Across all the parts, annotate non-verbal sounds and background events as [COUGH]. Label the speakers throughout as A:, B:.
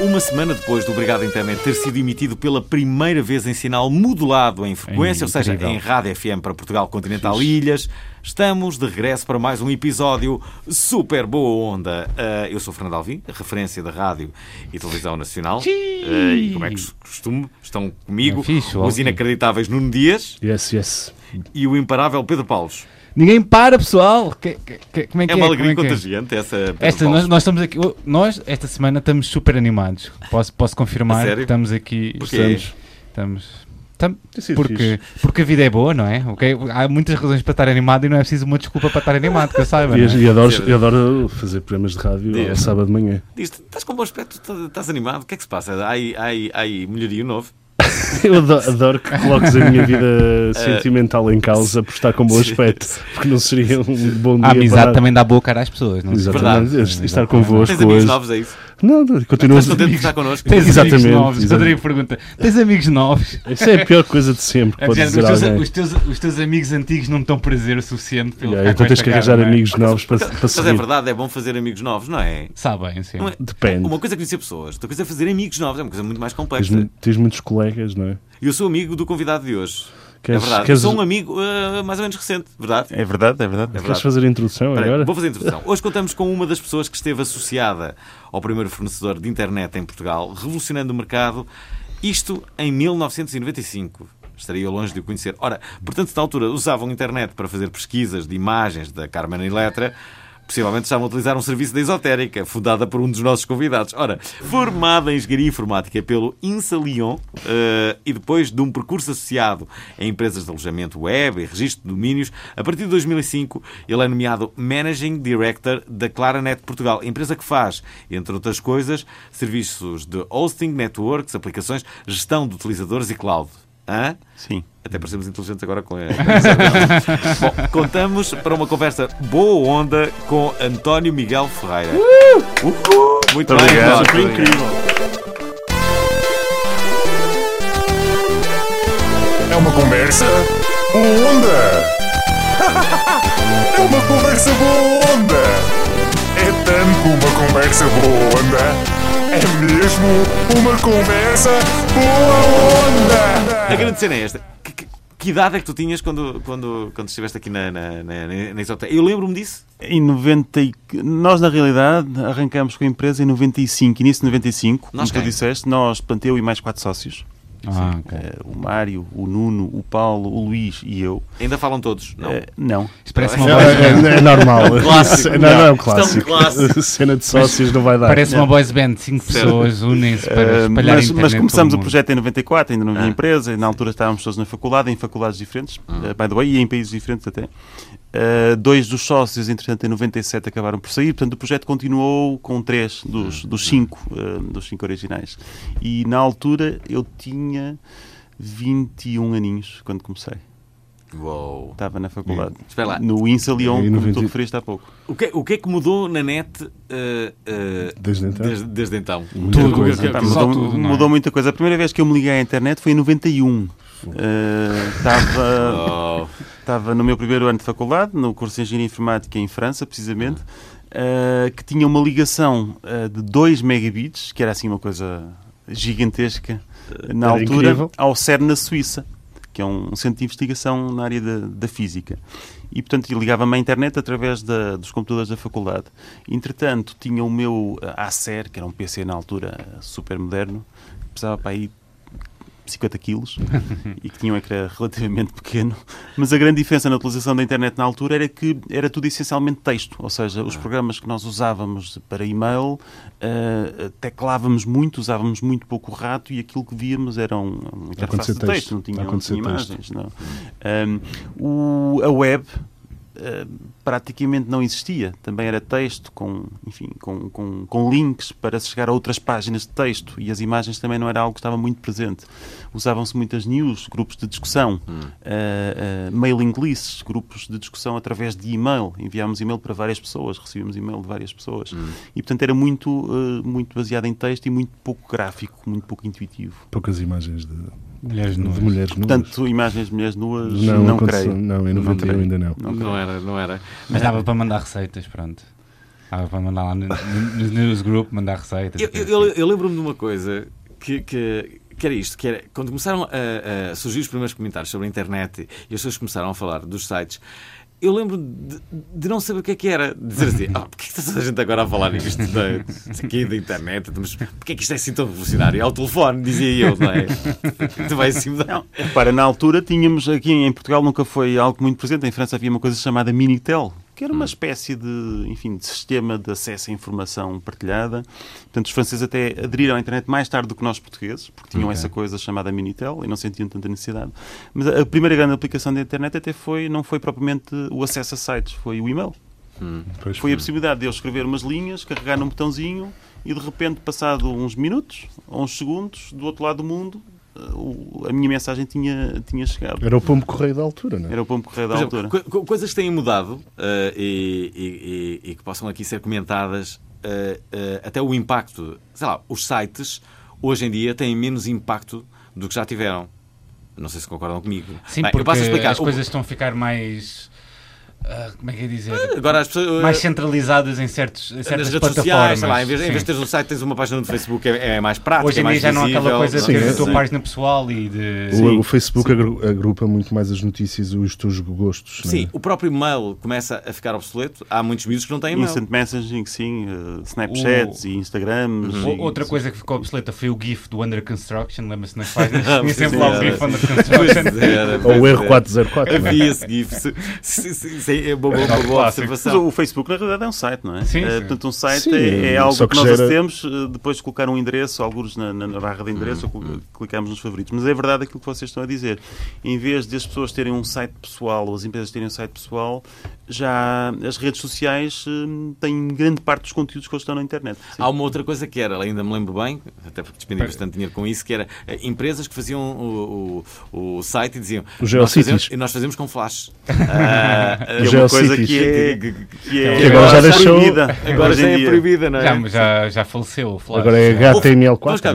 A: Uma semana depois do Obrigado Internet ter sido emitido pela primeira vez em sinal modulado em frequência,
B: É
A: ou seja,
B: incrível.
A: em Rádio FM para Portugal Continental e Ilhas, estamos de regresso para mais um episódio super boa onda. Ah, eu sou Fernando Alvim, referência da Rádio e Televisão Nacional. Ah, e como é que costumo, estão comigo
B: É fixe,
A: os
B: Alvim.
A: inacreditáveis Nuno Dias
B: Yes, yes.
A: e o imparável Pedro Paulos.
B: Ninguém para, pessoal. Que- que- que- como é que
A: É
B: é?
A: uma
B: Como
A: alegria
B: é que é?
A: contagiante essa Pedro
B: Esta,
A: Paulos.
B: nós, nós estamos aqui, nós esta semana estamos super animados. Posso, posso confirmar
A: sério?
B: que estamos aqui.
A: Porquê?
B: Estamos. estamos tam-
C: Tem sido
B: porque,
C: fixe.
B: porque a vida é boa, não é? Ok? Há muitas razões para estar animado e não é preciso uma desculpa para estar animado, que eu saiba.
C: E,
B: não é?
C: e adoro,
A: Quer dizer-
C: eu adoro fazer programas de rádio
A: Dias.
C: ao sábado de manhã.
A: Diz-te, estás com um bom aspecto, estás- estás animado, o que é que se passa? Há aí, há aí, há aí melhorio novo.
C: Eu adoro, adoro que coloques a
A: [LAUGHS]
C: minha
A: É.
C: vida sentimental em causa por estar com bom aspecto, porque não seria um bom dia.
B: A amizade
C: para...
B: também dá boa cara às pessoas, não é?
C: Exatamente.
B: Verdade.
C: Este- Estar convosco
A: Tens amigos
C: hoje.
A: novos, é isso?
C: Não, não, continuas.
A: Estás contente de estar connosco?
B: Tens amigos
C: Exatamente,
B: novos.
C: exatamente.
B: Rodrigo pergunta: tens amigos novos?
C: Isso é a pior coisa de sempre que
B: É que
C: pode
B: já- os,
C: dizer
B: teus,
C: a alguém.
B: os teus- os teus amigos antigos não me dão prazer o suficiente pelo
C: Yeah, então tens que arranjar
B: é?
C: amigos novos para, para
A: é Mas é
C: seguir.
A: verdade, é bom fazer amigos novos, não é?
B: Sabem, sim.
A: Não é-
C: Depende.
A: Uma coisa é conhecer pessoas, outra coisa é fazer amigos novos, é uma coisa muito mais
C: Tens,
A: complexa.
C: mu- tens muitos colegas, não é?
A: Eu sou amigo do convidado de hoje.
C: Queres,
A: é verdade.
C: queres,
A: Sou um amigo ah, mais ou menos recente, verdade?
D: É verdade, é verdade.
A: É
C: queres
A: verdade.
C: fazer a introdução
A: Espera aí,
C: agora?
A: vou fazer a introdução. Hoje contamos com uma das pessoas que esteve associada ao primeiro fornecedor de internet em Portugal, revolucionando o mercado, isto em 1995. Estaria longe de o conhecer. Ora, portanto, na altura usavam a internet para fazer pesquisas de imagens da Carmen Electra. Possivelmente estavam a utilizar um serviço da Esotérica, fundada por um dos nossos convidados. Ora, formada em Engenharia Informática pelo INSA Lyon eh, e depois de um percurso associado a empresas de alojamento web e registro de domínios, a partir de 2005 ele é nomeado Managing Director da Claranet Portugal, empresa que faz, entre outras coisas, serviços de hosting, networks, aplicações, gestão de utilizadores e cloud. Hã?
D: Sim.
A: Até parecemos inteligentes agora com a.
D: [LAUGHS]
A: Bom, contamos para uma conversa boa onda com António Miguel Ferreira.
C: Uh!
A: Uhul! Muito bem,
D: obrigado.
A: António.
D: Foi incrível.
E: É uma conversa boa onda. [LAUGHS] É uma conversa boa onda. É tanto uma conversa boa onda. É mesmo uma conversa boa
A: A
E: onda.
A: grande cena é esta. Que, que- que idade é que tu tinhas quando, quando, quando estiveste aqui na, na, na, na, na Isoteca? Eu lembro-me disso.
D: Em 90 e- Nós, na realidade, arrancamos com a empresa em 95, início de 95,
A: Nós
D: como
A: quem?
D: tu disseste, nós, portanto, eu e mais quatro sócios.
B: Ah, ok.
D: Eh, o Mário, o Nuno, o Paulo, o Luís e eu.
A: Ainda falam todos, não?
D: Eh, não.
B: Isto parece uma
C: Não,
B: boys band.
C: é, é normal.
A: clássico.
C: Não, não é
A: Isto é
C: um
A: um
C: clássico.
A: clássico.
C: [LAUGHS] Cena de sócios não vai dar.
B: Parece uma boys band, cinco pessoas unem-se para
D: Eh,
B: espalhar a
D: mas,
B: internet
D: mas começamos o
B: pelo mundo.
D: projeto em 94, ainda não havia
A: Ah.
D: empresa, e na altura estávamos todos na faculdade, em faculdades diferentes, eh, by the way, e em países diferentes até. Eh, dois dos sócios, entretanto, em 97 acabaram por sair, portanto o projeto continuou com três
A: Ah.
D: dos, dos cinco, eh, dos cinco originais. E na altura eu tinha 21 aninhos quando comecei.
A: Uou.
D: Estava na faculdade.
A: Espera lá.
D: No INSA Lyon,
C: E
D: como
C: 90
D: tu referiste há pouco.
A: O que, o que é que mudou na net eh, eh,
C: Desde então?
A: desde, desde então?
C: Muita
B: Tudo.
C: coisa.
B: Pá,
D: Pá,
B: só
D: mudou
B: tudo, não é?
D: mudou muita coisa. A primeira vez que eu me liguei à internet foi em 91. Eh, Estava.
A: Oh,
D: Estava no meu primeiro ano de faculdade, no curso de Engenharia Informática em França, precisamente, eh, que tinha uma ligação eh, de 2 megabits, que era assim uma coisa gigantesca, na
C: Eh, Era
D: altura,
C: incrível.
D: ao CERN na Suíça, que é um centro de investigação na área da, da física. E, portanto, eu ligava-me à internet através da- dos computadores da faculdade. Entretanto, tinha o meu eh, Acer, que era um PC na altura eh, super moderno, pesava para aí 50 quilos [LAUGHS] e que tinha um ecrã relativamente pequeno. Mas a grande diferença na utilização da internet na altura era que era tudo essencialmente texto, ou seja,
C: Ah.
D: os programas que nós usávamos para e-mail eh, teclávamos muito, usávamos muito pouco rato e aquilo que víamos era um, um interface
C: acontecer
D: de texto,
C: texto.
D: não tinha,
C: A
D: não
C: acontecer
D: tinha
C: texto.
D: imagens. Não. Um, o, a web eh, praticamente não existia. Também era texto com, enfim, com, com, com links para se chegar a outras páginas de texto e as imagens também não era algo que estava muito presente. Usavam-se muitas news, grupos de discussão, eh, eh, mailing lists, grupos de discussão através de e-mail. Enviámos e-mail para várias pessoas, recebíamos e-mail de várias pessoas. E portanto era muito, eh, muito baseado em texto e muito pouco gráfico, muito pouco intuitivo.
C: Poucas imagens de,
B: Mulheres
C: de
B: nuas.
C: mulheres nuas.
D: Portanto, imagens de mulheres nuas,
C: não,
D: não,
C: aconteceu-
D: creio.
C: Não, em 91
D: creio.
C: ainda não.
D: Não creio.
A: Não era, não era.
B: Mas dava para mandar receitas, pronto. Dava para mandar lá no- no- nos news group, mandar receitas.
A: Eu, eu- eu- eu lembro-me de uma coisa que, que, que era isto, que era quando começaram a, a surgir os primeiros comentários sobre a internet e as pessoas começaram a falar dos sites. Eu lembro de, de não saber o que é que era. De dizer assim, ah, porque é que está toda a gente agora a falar isto da, disto aqui da internet? Mas porque é que isto é assim tão revolucionário? Ao telefone, dizia eu, não é? Tu vais assim mudar.
D: Não, repara, na altura tínhamos, aqui em Portugal nunca foi algo muito presente, em França havia uma coisa chamada Minitel, que era uma espécie de, enfim, de sistema de acesso à informação partilhada. Portanto, os franceses até aderiram à internet mais tarde do que nós portugueses, porque tinham
B: Ok.
D: essa coisa chamada Minitel e não sentiam tanta necessidade. Mas a a primeira grande aplicação da internet até foi, não foi propriamente o acesso a sites, foi o e-mail.
C: Pois
D: Foi a possibilidade de eu escrever umas linhas, carregar num botãozinho e de repente, passado uns minutos ou uns segundos, do outro lado do mundo, eh, o- a minha mensagem tinha, tinha chegado.
C: Era o pombo correio da altura, não é?
D: Era o pombo correio da
A: Por
D: altura.
A: exemplo, co- co- coisas que têm mudado eh, e, e- e- e que possam aqui ser comentadas, eh, eh, até o impacto. Sei lá, os sites hoje em dia têm menos impacto do que já tiveram. Não sei se concordam comigo.
B: Sim,
A: Bem, eu
B: porque
A: passo a explicar.
B: as coisas estão a ficar mais. ah, como é que é dizer?
A: O- Agora as pessoas. eh,
B: mais centralizadas em, certos, em
A: nas
B: certas
A: redes
B: plataformas.
A: sociais, sei lá, em vez, em
B: Sim.
A: vez de teres um site, tens uma página do Facebook, é, é mais prático.
B: Hoje
A: é
B: em
A: mais
B: dia já não há
A: visível,
B: aquela coisa de
A: não é?
B: ter a tua
A: Sim.
B: página pessoal e de.
C: O, o Facebook agru- agrupa muito mais as notícias e os teus gostos. não é?
A: Sim, o próprio mail começa a ficar obsoleto. Há muitos miúdos que não têm mail.
D: Instant messaging, sim, eh, Snapchats
B: O- Uhum.
D: e Instagrams.
B: O-
D: e-
B: Outra coisa que ficou obsoleta foi o GIF do Under Construction, lembra-se nas
A: [LAUGHS]
B: páginas?
A: Ah,
B: Tinha
A: sim,
B: sempre lá o
A: senhora. [LAUGHS]
B: GIF Under
A: Pois é.
B: Construction.
A: era,
C: Ou
A: pois
C: o
A: era.
C: R404. não é?
A: Havia esse GIF. Se- se- se- se- É uma boa, uma boa
B: Clássico.
D: Mas
A: observação.
D: o Facebook, na realidade, é um site, não é?
B: Sim,
D: Eh,
B: sim.
D: Portanto, um site
C: Sim,
D: é, é
C: só
D: algo
C: que
D: que, nós
C: gera-
D: acessemos, eh, depois de colocar um endereço, alguns na, na- na barra de endereço, ou cl- clicamos nos favoritos. Mas é verdade aquilo que vocês estão a dizer. Em vez de as pessoas terem um site pessoal ou as empresas terem um site pessoal, já as redes sociais eh, têm grande parte dos conteúdos que hoje estão na internet. Sim.
A: Há uma outra coisa que era, ainda me lembro bem, até porque despendi bastante dinheiro com isso, que era eh, empresas que faziam o, o- o site e diziam
C: Os
A: nós fazemos,
C: Geocities.
A: nós fazemos com
C: [LAUGHS]
A: flash. Ah,
D: Que é
C: Já
D: uma
C: os
D: coisa
C: sítios.
D: que é, que é-
B: Que agora
C: já deixou-
D: proibida.
A: agora
D: hoje
A: já
D: em
A: é
D: dia.
A: proibida, não é?
B: Já, já, já faleceu o Flash.
C: Agora é
A: Vamos cá
C: HTML4.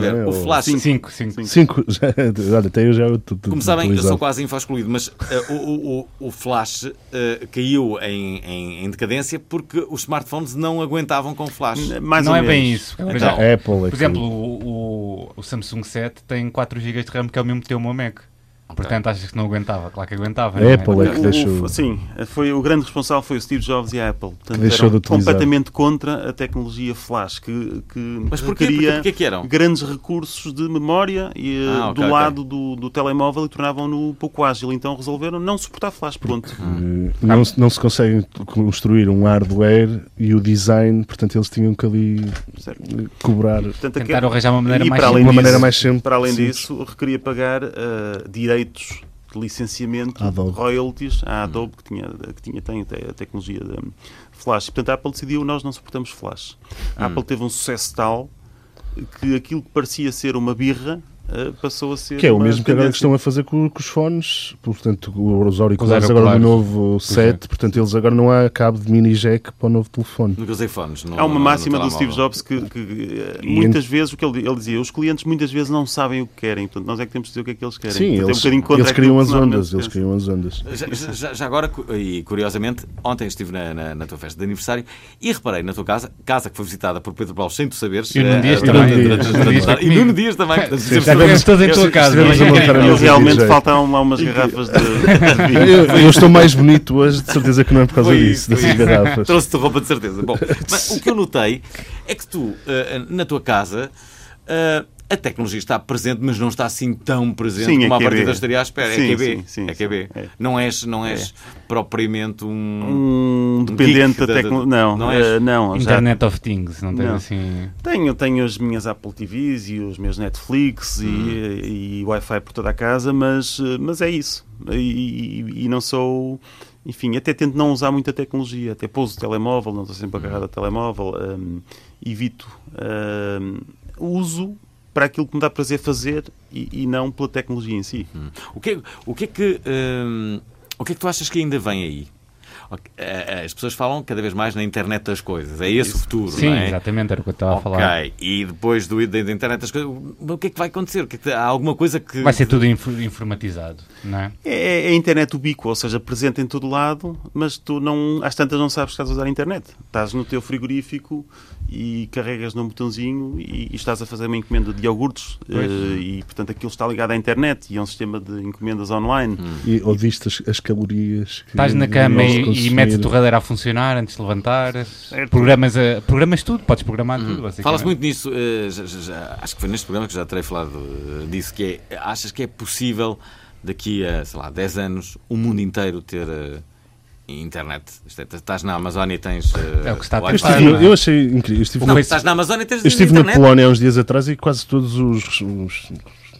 A: ver,
C: não é?
A: o
C: Ou-
A: flash
B: 5, 5.
C: Cinco. [LAUGHS] já- Olha, tenho já o tudo.
A: Como sabem, eu sou quase infoscolido, mas eh, o- o, o- o Flash eh, caiu em, em- em decadência porque os smartphones não aguentavam com Flash.
D: Mais
B: não
D: ou
B: é bem
D: menos.
B: isso. Agora
A: Então,
B: já-
C: A Apple é
B: Por exemplo, o, o- o Samsung 7 tem 4 GB de RAM, que é o mesmo que tem o meu Mac. Portanto, achas que não aguentava? Claro que aguentava.
C: A
B: não é?
C: Apple é que
D: O-
C: deixou.
D: o- Sim, foi o grande responsável foi o Steve Jobs e a Apple. Portanto,
C: deixou
D: eram
C: de utilizar.
D: completamente contra a tecnologia flash, que, que
A: Mas porquê?
D: requeria
A: Porquê? Porquê que eram?
D: grandes recursos de memória e, eh,
A: Ah, ok, ok.
D: do lado do, do telemóvel e tornavam-no pouco ágil. Então resolveram não suportar flash. Pronto.
A: Hum.
C: Eh, Não, se- não se consegue construir um hardware e o design, portanto, eles tinham que ali
D: Certo.
C: eh, cobrar de
D: Portanto, aquele-
B: Tentaram arranjar uma maneira
D: E
B: mais
D: para
C: uma
D: além disso-
C: maneira mais simples.
D: Para além
C: simples.
D: disso, requeria pagar eh, direitos de licenciamento,
C: Adobe.
D: royalties à Adobe, que tinha, que tinha tem até a tecnologia de hum, Flash. E, portanto, a Apple decidiu, nós não suportamos Flash.
C: Hum.
D: A Apple teve um sucesso tal que aquilo que parecia ser uma birra eh, passou a ser
C: Que é o
D: uma
C: mesmo que agora que
D: tendência.
C: estão a fazer com, com os fones, portanto, o- os auriculares agora do
B: auriculares.
C: novo 7, portanto, eles agora não há cabo de mini jack para o novo telefone.
A: Nunca usei fones. no-
D: Há É uma
A: no- no
D: máxima do Steve
A: telemóvel.
D: Jobs que, que, eh,
C: E
D: muitas vezes o que ele, ele dizia, os clientes muitas vezes não sabem o que querem, portanto nós é que temos de dizer o que é que eles querem.
C: Sim,
D: Portanto, é um
C: eles,
D: bocadinho contra
C: eles
D: aquilo
C: criam
D: que
C: as
D: normalmente
C: ondas, eles
D: pensa.
C: criam as ondas.
A: Já, já- já agora, cu- e curiosamente, ontem estive na, na- na tua festa de aniversário e reparei na tua casa, casa que foi visitada por Pedro Paulo, sem tu saberes.
B: E Nuno
A: eh,
B: Dias
A: eh,
B: também.
A: durante-
C: Nuno
A: durante-
B: Dias. Nuno Dias
A: durante-
B: foi
A: E Nuno
B: comigo.
A: Dias também. portanto,
B: Sim,
A: dizemos todos-
B: já estivemos todos em tua
D: Estivemos
B: casa.
C: a
B: não é?
C: montar
D: E
C: Mas eu
D: realmente
C: digo,
D: faltavam lá umas garrafas de, de vinho.
C: Eu, eu estou mais bonito hoje, de certeza que não é por causa
A: Foi
C: disso,
A: isso, foi
C: dessas
A: isso.
C: garrafas.
A: Trouxe-te roupa de certeza. Bom, mas o que eu notei é que tu, eh, na tua casa, eh, a tecnologia está presente, mas não está assim tão presente
D: Sim, é
A: como à
D: QB.
A: partida estaria à espera.
D: Sim,
A: é QB.
D: sim, sim,
A: é QB.
D: sim, é.
A: Não és, não és propriamente um.
D: Um dependente
A: geek
D: da
A: da-
D: tecnologia.
A: da-
D: Não,
A: não
D: não,
A: és?
D: não já
B: Internet of Things, não tens
D: Não.
B: assim.
D: tenho, tenho as minhas Apple TVs e os meus Netflix e, e Wi-Fi por toda a casa, mas, eh, mas é isso. E, e- e não sou. Enfim, até tento não usar muita tecnologia, até pouso o telemóvel, não estou sempre agarrado ao telemóvel, hum, evito. hum, uso para aquilo que me dá prazer fazer e, e não pela tecnologia em si.
A: O que, é- o que é que. hum, o que é que tu achas que ainda vem aí? Ok, eh, eh, As pessoas falam cada vez mais na internet das coisas. É esse o futuro,
B: Sim,
A: não é?
B: exatamente, era o que eu estava a falar.
A: Ok, e depois do, da da internet das coisas, o o que é que vai acontecer? O que é que- há alguma coisa que.
B: Vai ser tudo inf- informatizado, não é?
D: É, é a internet ubíqua, ou seja, presente em todo lado, mas tu não, às tantas não sabes que estás a usar a internet. Estás no teu frigorífico e carregas num botãozinho e, e estás a fazer uma encomenda de iogurtes
B: Pois.
D: eh, e, portanto, aquilo está ligado à internet e é um sistema de encomendas online.
B: Hum.
C: E, ou viste as, as calorias que
B: Estás na cama
C: deviam-se
B: e, e
C: consumir.
B: metes a torradeira a funcionar antes de levantar. Programas, a- programas tudo, podes programar tudo. basicamente.
A: É Hum. Falas muito nisso, eh, já- já- já- acho que foi neste programa que já terei falado eh, disso, que é, achas que é possível daqui a, sei lá, 10 anos, o mundo inteiro ter eh, internet? Isto é, Estás na Amazónia e tens... eh,
B: É o que está a
C: Eu,
A: Wi-Fi.
C: estive
B: Claro,
C: no-
B: não é?
C: eu achei incrível. Eu estive,
A: Não,
B: Não,
A: estás na Amazónia e tens
C: eu estive na
A: internet.
C: Polónia há uns dias atrás e quase todos os, os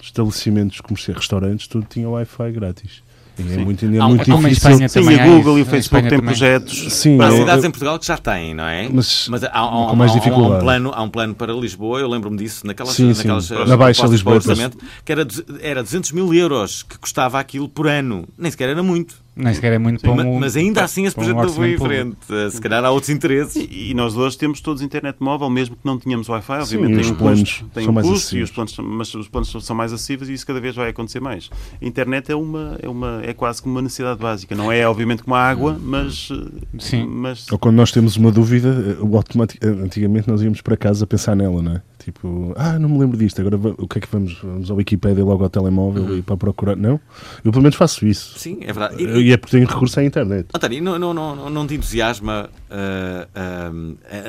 C: estabelecimentos comerciais, restaurantes, tudo tinha Wi-Fi grátis. E é muito, ainda é
A: Há um-
C: muito
B: Ah, como em
C: difícil.
B: Espanha
D: Sim,
B: também
D: a
B: há
D: Google
B: isso.
D: e
B: Em
D: o Facebook
B: Espanha
D: têm
B: também.
D: projetos.
C: Sim, é,
A: Há
C: eu-
A: cidades em
C: eu-
A: Portugal que já têm, não é?
C: Mas
A: há, há- há-
C: com mais
A: há- há um
C: dificuldade.
A: plano, há um plano para Lisboa, eu lembro-me disso, naquelas,
C: Sim, sim.
A: naquelas
C: Na
A: eh, propostas
C: Baixa
A: para o
C: Lisboa,
A: orçamento, que era, duze- era 200 mil euros que custava aquilo por ano. Nem sequer era muito.
B: Nem sequer é muito para
A: Ma-
B: um-
A: mas ainda assim esse
B: para um
A: projeto não foi em
B: orçamento
A: frente. Eh, Se calhar há outros interesses.
D: E, e nós hoje temos todos internet móvel, mesmo que não tenhamos Wi-Fi,
C: Sim,
D: obviamente
C: e
D: tem
C: os
D: um
C: planos
D: custo, tem
C: são
D: um
C: mais
D: custo e
C: acessíveis.
D: os planos, são- mas os planos são mais acessíveis e isso cada vez vai acontecer mais. A internet é uma é uma é quase como uma necessidade básica, não é obviamente como a água, mas eh,
B: Sim.
D: mas
C: Ou quando nós temos uma dúvida, eh, o automático, eh, antigamente nós íamos para casa pensar nela, não é? Tipo, ah, não me lembro disto, agora va- o que é que vamos? Vamos ao Wikipedia logo ao telemóvel
B: Uhum.
C: e para procurar? Não? Eu pelo menos faço isso.
A: Sim, é verdade. E-
C: E é porque tenho recurso à internet.
A: António, não, não, não, não- não te entusiasma ah, ah,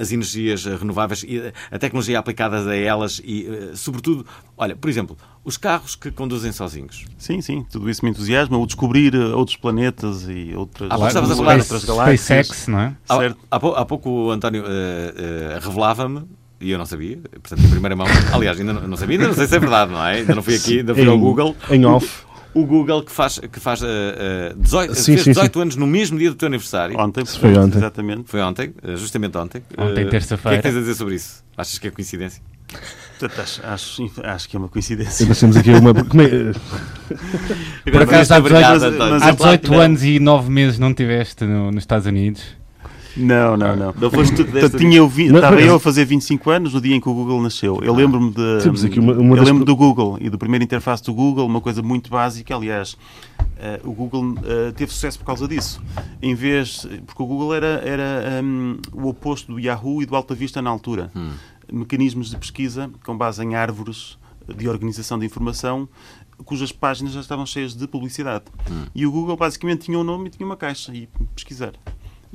A: as energias renováveis e a tecnologia aplicada a elas e, ah, sobretudo, olha, por exemplo, os carros que conduzem sozinhos.
D: sim, sim, tudo isso me entusiasma, o descobrir eh, outros planetas e outras,
A: Ah, lá estavas a
D: outras
A: falar.
D: outras
B: SpaceX,
D: galáxias.
B: não é?
A: Há,
D: Certo.
A: há pou- há pouco o António ah, ah, revelava-me, e eu não sabia, portanto, em primeira mão, [LAUGHS] aliás, ainda não, não sabia, ainda não sei se é verdade, não é? Ainda não fui aqui, ainda fui ao
C: Em-
A: Google.
C: Em off.
A: O Google que faz, que faz ah, ah, 18,
C: Sim,
A: fez
C: sim,
A: 18 anos no mesmo dia do teu aniversário.
D: Ontem,
C: Isso foi ontem.
D: exatamente.
A: Foi ontem, ah, justamente ontem.
B: Ontem,
A: Ah, O que é
B: terça-feira.
A: que tens a dizer sobre isso? Achas que é coincidência?
D: Portanto, acho, acho, acho que é uma coincidência.
C: Nós temos aqui uma. como é-
B: Por acaso, há 18,
A: Obrigado, António.
D: mas-
B: há
D: é claro que
B: 18
A: né?
D: não.
B: anos e 9 meses não estiveste no- nos Estados Unidos.
D: Não, não, não.
A: Não foste tu que deste
D: Portanto, tinha eu vi-
C: Não,
D: estava
C: mas-
D: eu a fazer 25 anos no dia em que o Google nasceu.
A: Ah.
D: Eu lembro-me de.
C: Temos aqui uma- uma
D: eu
C: das-
D: lembro do Google e do primeiro interface do Google, uma coisa muito básica, aliás. eh, o Google eh, teve sucesso por causa disso. Em vez. Porque o Google era, era hum, o oposto do Yahoo e do Alta Vista na altura. Mecanismos de pesquisa com base em árvores de organização de informação cujas páginas já estavam cheias de publicidade. E o Google basicamente tinha um nome e tinha uma caixa e pesquisar.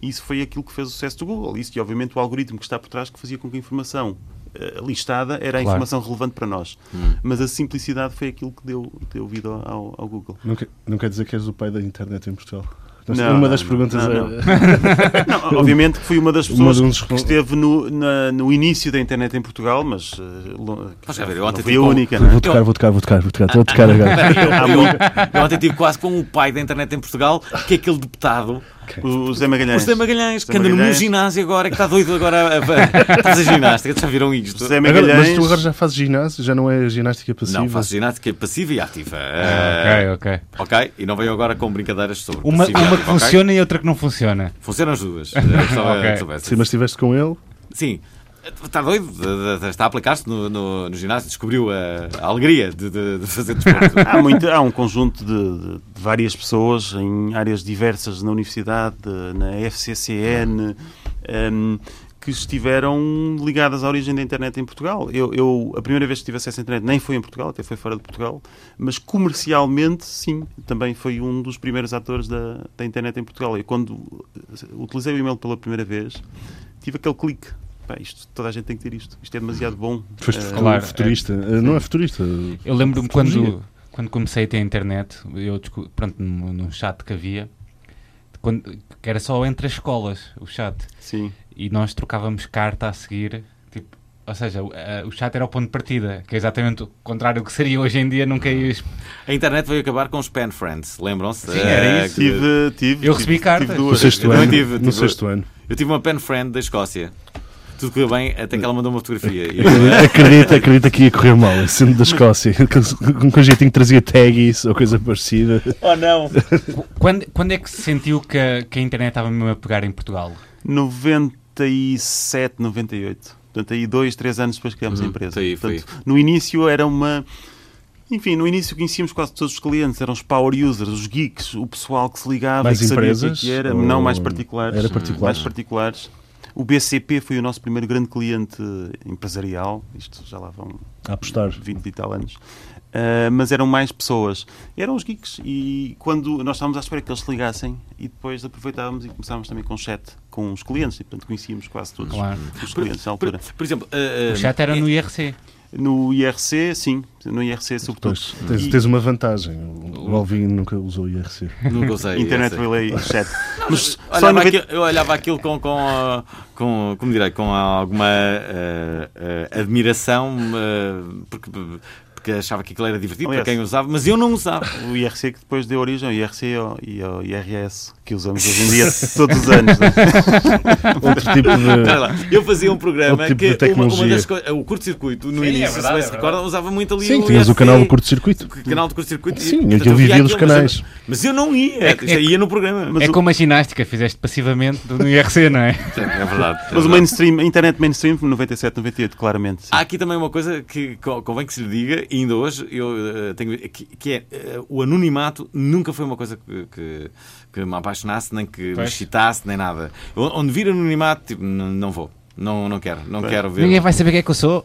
D: E isso foi aquilo que fez o sucesso do Google. Isso e, obviamente, o algoritmo que está por trás que fazia com que a informação eh, listada era a
B: Claro.
D: informação relevante para nós.
C: Hum.
D: Mas a simplicidade foi aquilo que deu, deu vida ao, ao Google.
C: Não, quer, não quer dizer que és o pai da internet em Portugal. Não sei,
D: Não,
C: uma
D: não,
C: das
D: não,
C: perguntas
D: não,
C: é.
D: Não, obviamente que fui uma das
C: Uma
D: pessoas
C: dos-
D: que esteve no, na- no início da internet em Portugal, mas eh, lo-
A: Mas, quer dizer,
D: não
A: ontem
D: fui
A: tive
D: a
A: com-
D: única. não é?
A: [LAUGHS]
C: [LAUGHS] Vou tocar, vou tocar, vou tocar, vou tocar. Estou a tocar
D: [LAUGHS]
C: agora.
A: Eu, eu ontem estive quase com o pai da internet em Portugal, que é aquele deputado,
D: O José
A: o
D: Magalhães.
A: José Magalhães, que
D: José
A: anda no meu
D: Magalhães.
A: ginásio agora, que está doido agora a, a, a fazer ginástica. Já viram isto?
D: José
C: Agora,
D: Magalhães.
C: mas tu agora já fazes ginásio, já não é ginástica passiva.
A: Não, faço ginástica passiva e ativa.
B: Ok,
A: Eh,
B: Ah, ok.
A: ok? E não venham agora com brincadeiras sobre.
B: Uma,
A: passiva e
B: uma que
A: ativa, ok?
B: funciona e outra que não funciona.
A: Funcionam as
B: [LAUGHS]
A: duas. Eh, Gostava
B: Ok.
A: que soubesse.
C: Sim, mas estiveste com ele.
A: Sim. Está doido? de- de- Está a aplicar-se no, no- no ginásio. Descobriu a, a alegria de, de- de fazer
B: [LAUGHS]
A: desporto.
D: Há, muito- há um conjunto de, de- de várias pessoas em áreas diversas na universidade, de- na FCCN, em, hum, que estiveram ligadas à origem da internet em Portugal. Eu, eu- a primeira vez que tive acesso à internet nem foi em Portugal, até foi fora de Portugal, mas comercialmente, sim, também foi um dos primeiros atores da, da internet em Portugal. Eu, quando utilizei o e-mail pela primeira vez, tive aquele clique. pá, isto, toda a gente tem que ter isto. Isto é demasiado bom.
C: Foste
D: Eh,
B: claro,
C: futurista. Eh, Não é futurista.
B: Eu lembro-me
C: Futurologia.
B: quando, quando comecei a ter internet, eu descu- pronto, num, num chat que havia, quando- que era só entre as escolas o chat.
D: Sim.
B: E nós trocávamos carta a seguir. Tipo, ou seja, o, a- o chat era o ponto de partida, que é exatamente o contrário do que seria hoje em dia,
D: Uhum.
B: nunca ia. exp-
A: A internet veio acabar com os pen friends, lembram-se?
B: Sim, era
A: Eh,
B: isso.
A: que-
D: Tive, tive,
B: Eu recebi
D: tive-
B: cartas.
D: tive
C: No
D: duas.
C: sexto
A: Eu também
C: ano.
A: tive-
C: no
A: tive-
C: sexto ano.
A: Eu tive uma pen friend da Escócia. Tudo correu bem até que ela mandou uma fotografia. E eu-
B: [LAUGHS]
C: Acredita, acredita eh, que ia correr mal, sendo da Escócia. [LAUGHS] Com com jeitinho que trazia taggies ou coisa parecida.
A: oh não!
B: Quando, quando é que se sentiu que a, que a internet estava mesmo a pegar em Portugal?
D: 97, 98. Portanto, aí dois, três anos depois criámos a
A: Uhum,
D: empresa.
A: foi aí, foi
D: Portanto, no início era uma. Enfim, no início conhecíamos quase todos os clientes, eram os power users, os geeks, o pessoal que se ligava
C: Mais
D: e que sabia o
C: empresas
D: que é que era,
C: ou-
D: não mais particulares.
C: Era
D: Hum.
C: particulares.
D: Mais particulares. O BCP foi o nosso primeiro grande cliente empresarial, isto já lá vão
C: A apostar.
D: 20 e tal anos. Ah, mas eram mais pessoas. Eram os geeks. E quando nós estávamos à espera que eles se ligassem, e depois aproveitávamos e começávamos também com chat com os clientes. E, portanto, conhecíamos quase todos
B: Claro.
D: os clientes na
A: Por,
D: altura.
A: por exemplo, eh,
D: Uhum.
A: eh,
B: O chat era no
D: É-
B: IRC.
D: No IRC, sim. No IRC, sobretudo.
C: Pois, tens, tens uma vantagem. O o Alvin nunca usou
D: [LAUGHS]
C: IRC.
A: nunca usei.
D: Internet
A: essa.
D: Relay Chat. Mas só em
A: Olhava
D: 90
A: aquilo- eu olhava aquilo com, com, ah, com como direi, com alguma ah, ah, admiração, ah, porque, porque achava que aquilo era divertido
D: Aliás.
A: para quem usava, mas eu não usava.
D: o IRC que depois deu origem ao IRC ao- e ao IRS, que usamos hoje em dia todos os anos. não é?
C: Outro tipo
A: Espera
C: de.
A: lá, eu fazia um programa
C: Outro tipo de
A: que uma, uma
C: tecnologia.
A: das coisas, o curto-circuito, no
B: Sim, é
A: início, se
B: verdade,
A: bem
B: é
A: se
B: verdade.
A: recorda, usava muito ali
C: Sim,
A: o
C: tinhas o
A: IRC,
C: canal do curto-circuito.
A: o canal do curto-circuito. e,
C: Sim,
A: portanto,
C: aquilo
A: via
C: vivia dos
A: aquilo, mas
C: canais.
A: eu- Mas, eu não ia,
B: É que-
A: isto aí ia no programa.
D: Mas
B: é
D: o-
B: como a ginástica, fizeste passivamente do- no IRC, não é?
A: é verdade.
D: Mas o mainstream, a internet mainstream, 97, 98, claramente. sim.
A: Há aqui também uma coisa que co- convém que se lhe diga, e ainda hoje eu eh, tenho que, que é eh, o anonimato nunca foi uma coisa que, que, que me apaixonasse, nem que me
B: Pois.
A: excitasse, nem nada. Eu, onde vir anonimato, tipo, n- não vou. Não, não quero, não quero ver.
B: Ninguém vai saber quem é que eu sou.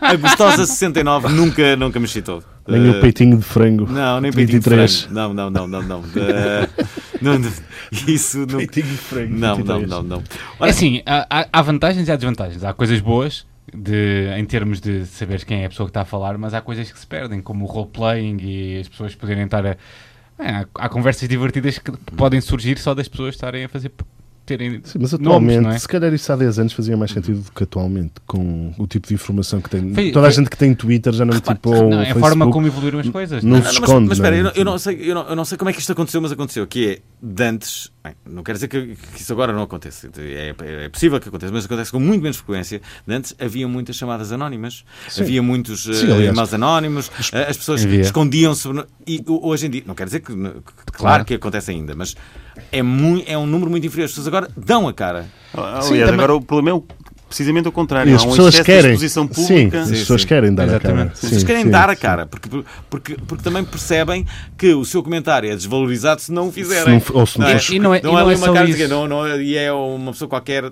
A: A gostosa
C: [LAUGHS]
A: 69 nunca, nunca me excitou.
C: Nem
A: Eh,
C: o peitinho de frango.
A: Não, nem peitinho de
C: 23.
A: frango. Não, não, não, não, não. Eh, [LAUGHS] não, não. Isso não.
C: Peitinho de frango.
A: Não, não,
C: 23.
A: não, não.
B: É
A: Ora,
B: assim, há, há- há vantagens e há desvantagens. Há coisas boas de, em termos de saberes quem é a pessoa que está a falar, mas há coisas que se perdem, como o role-playing e as pessoas poderem estar a. É, há, há conversas divertidas que podem surgir só das pessoas estarem a fazer. terem.
C: Sim, mas
B: nomes,
C: atualmente,
B: não é?
C: se calhar isso há 10 anos fazia mais sentido do que atualmente, com o tipo de informação que tem.
B: Foi-
C: Toda a
B: foi-
C: gente que tem Twitter já não tipo ou
B: Não, é a
C: Facebook,
B: forma como evoluíram as coisas. não
C: não
B: é?
C: se
A: Não, mas-
C: esconde.
A: mas espera, eu
C: não
A: não,
C: é?
A: eu não sei, eu, não, eu não sei como é que isto aconteceu, mas aconteceu. Que é, de antes, bem, não quer dizer que, que isso agora não aconteça, é, é possível que aconteça, mas acontece com muito menos frequência. De antes havia muitas chamadas anónimas, havia muitos eh,
C: Sim, aliás.
A: e-mails anónimos, eh, as pessoas
B: Havia.
A: escondiam-se. no- E o- hoje em dia, não quer dizer que, que- claro,
B: Claro.
A: que acontece ainda, mas é, mui- é um número muito inferior. As pessoas agora dão a cara.
D: Aliás,
C: Sim, também-
D: agora o problema é o- precisamente o contrário.
C: E as
A: é
D: há um
C: pessoas
D: excesso de
C: querem.
D: exposição
C: Sim,
D: pública.
C: as
A: Sim,
C: pessoas
A: sim.
C: querem dar a cara.
B: Exatamente.
A: As pessoas
C: Sim,
A: querem
C: sim,
A: dar a
C: sim.
A: cara, porque, porque, porque também percebem que o seu comentário é desvalorizado se não o fizerem.
C: Se não f- ou se não
A: é?
C: fores-
B: E não é- e
A: há
B: não
A: ali
B: é
A: uma
B: só
A: cara de
B: isso.
A: dizer, não, não, e é uma pessoa qualquer. ah,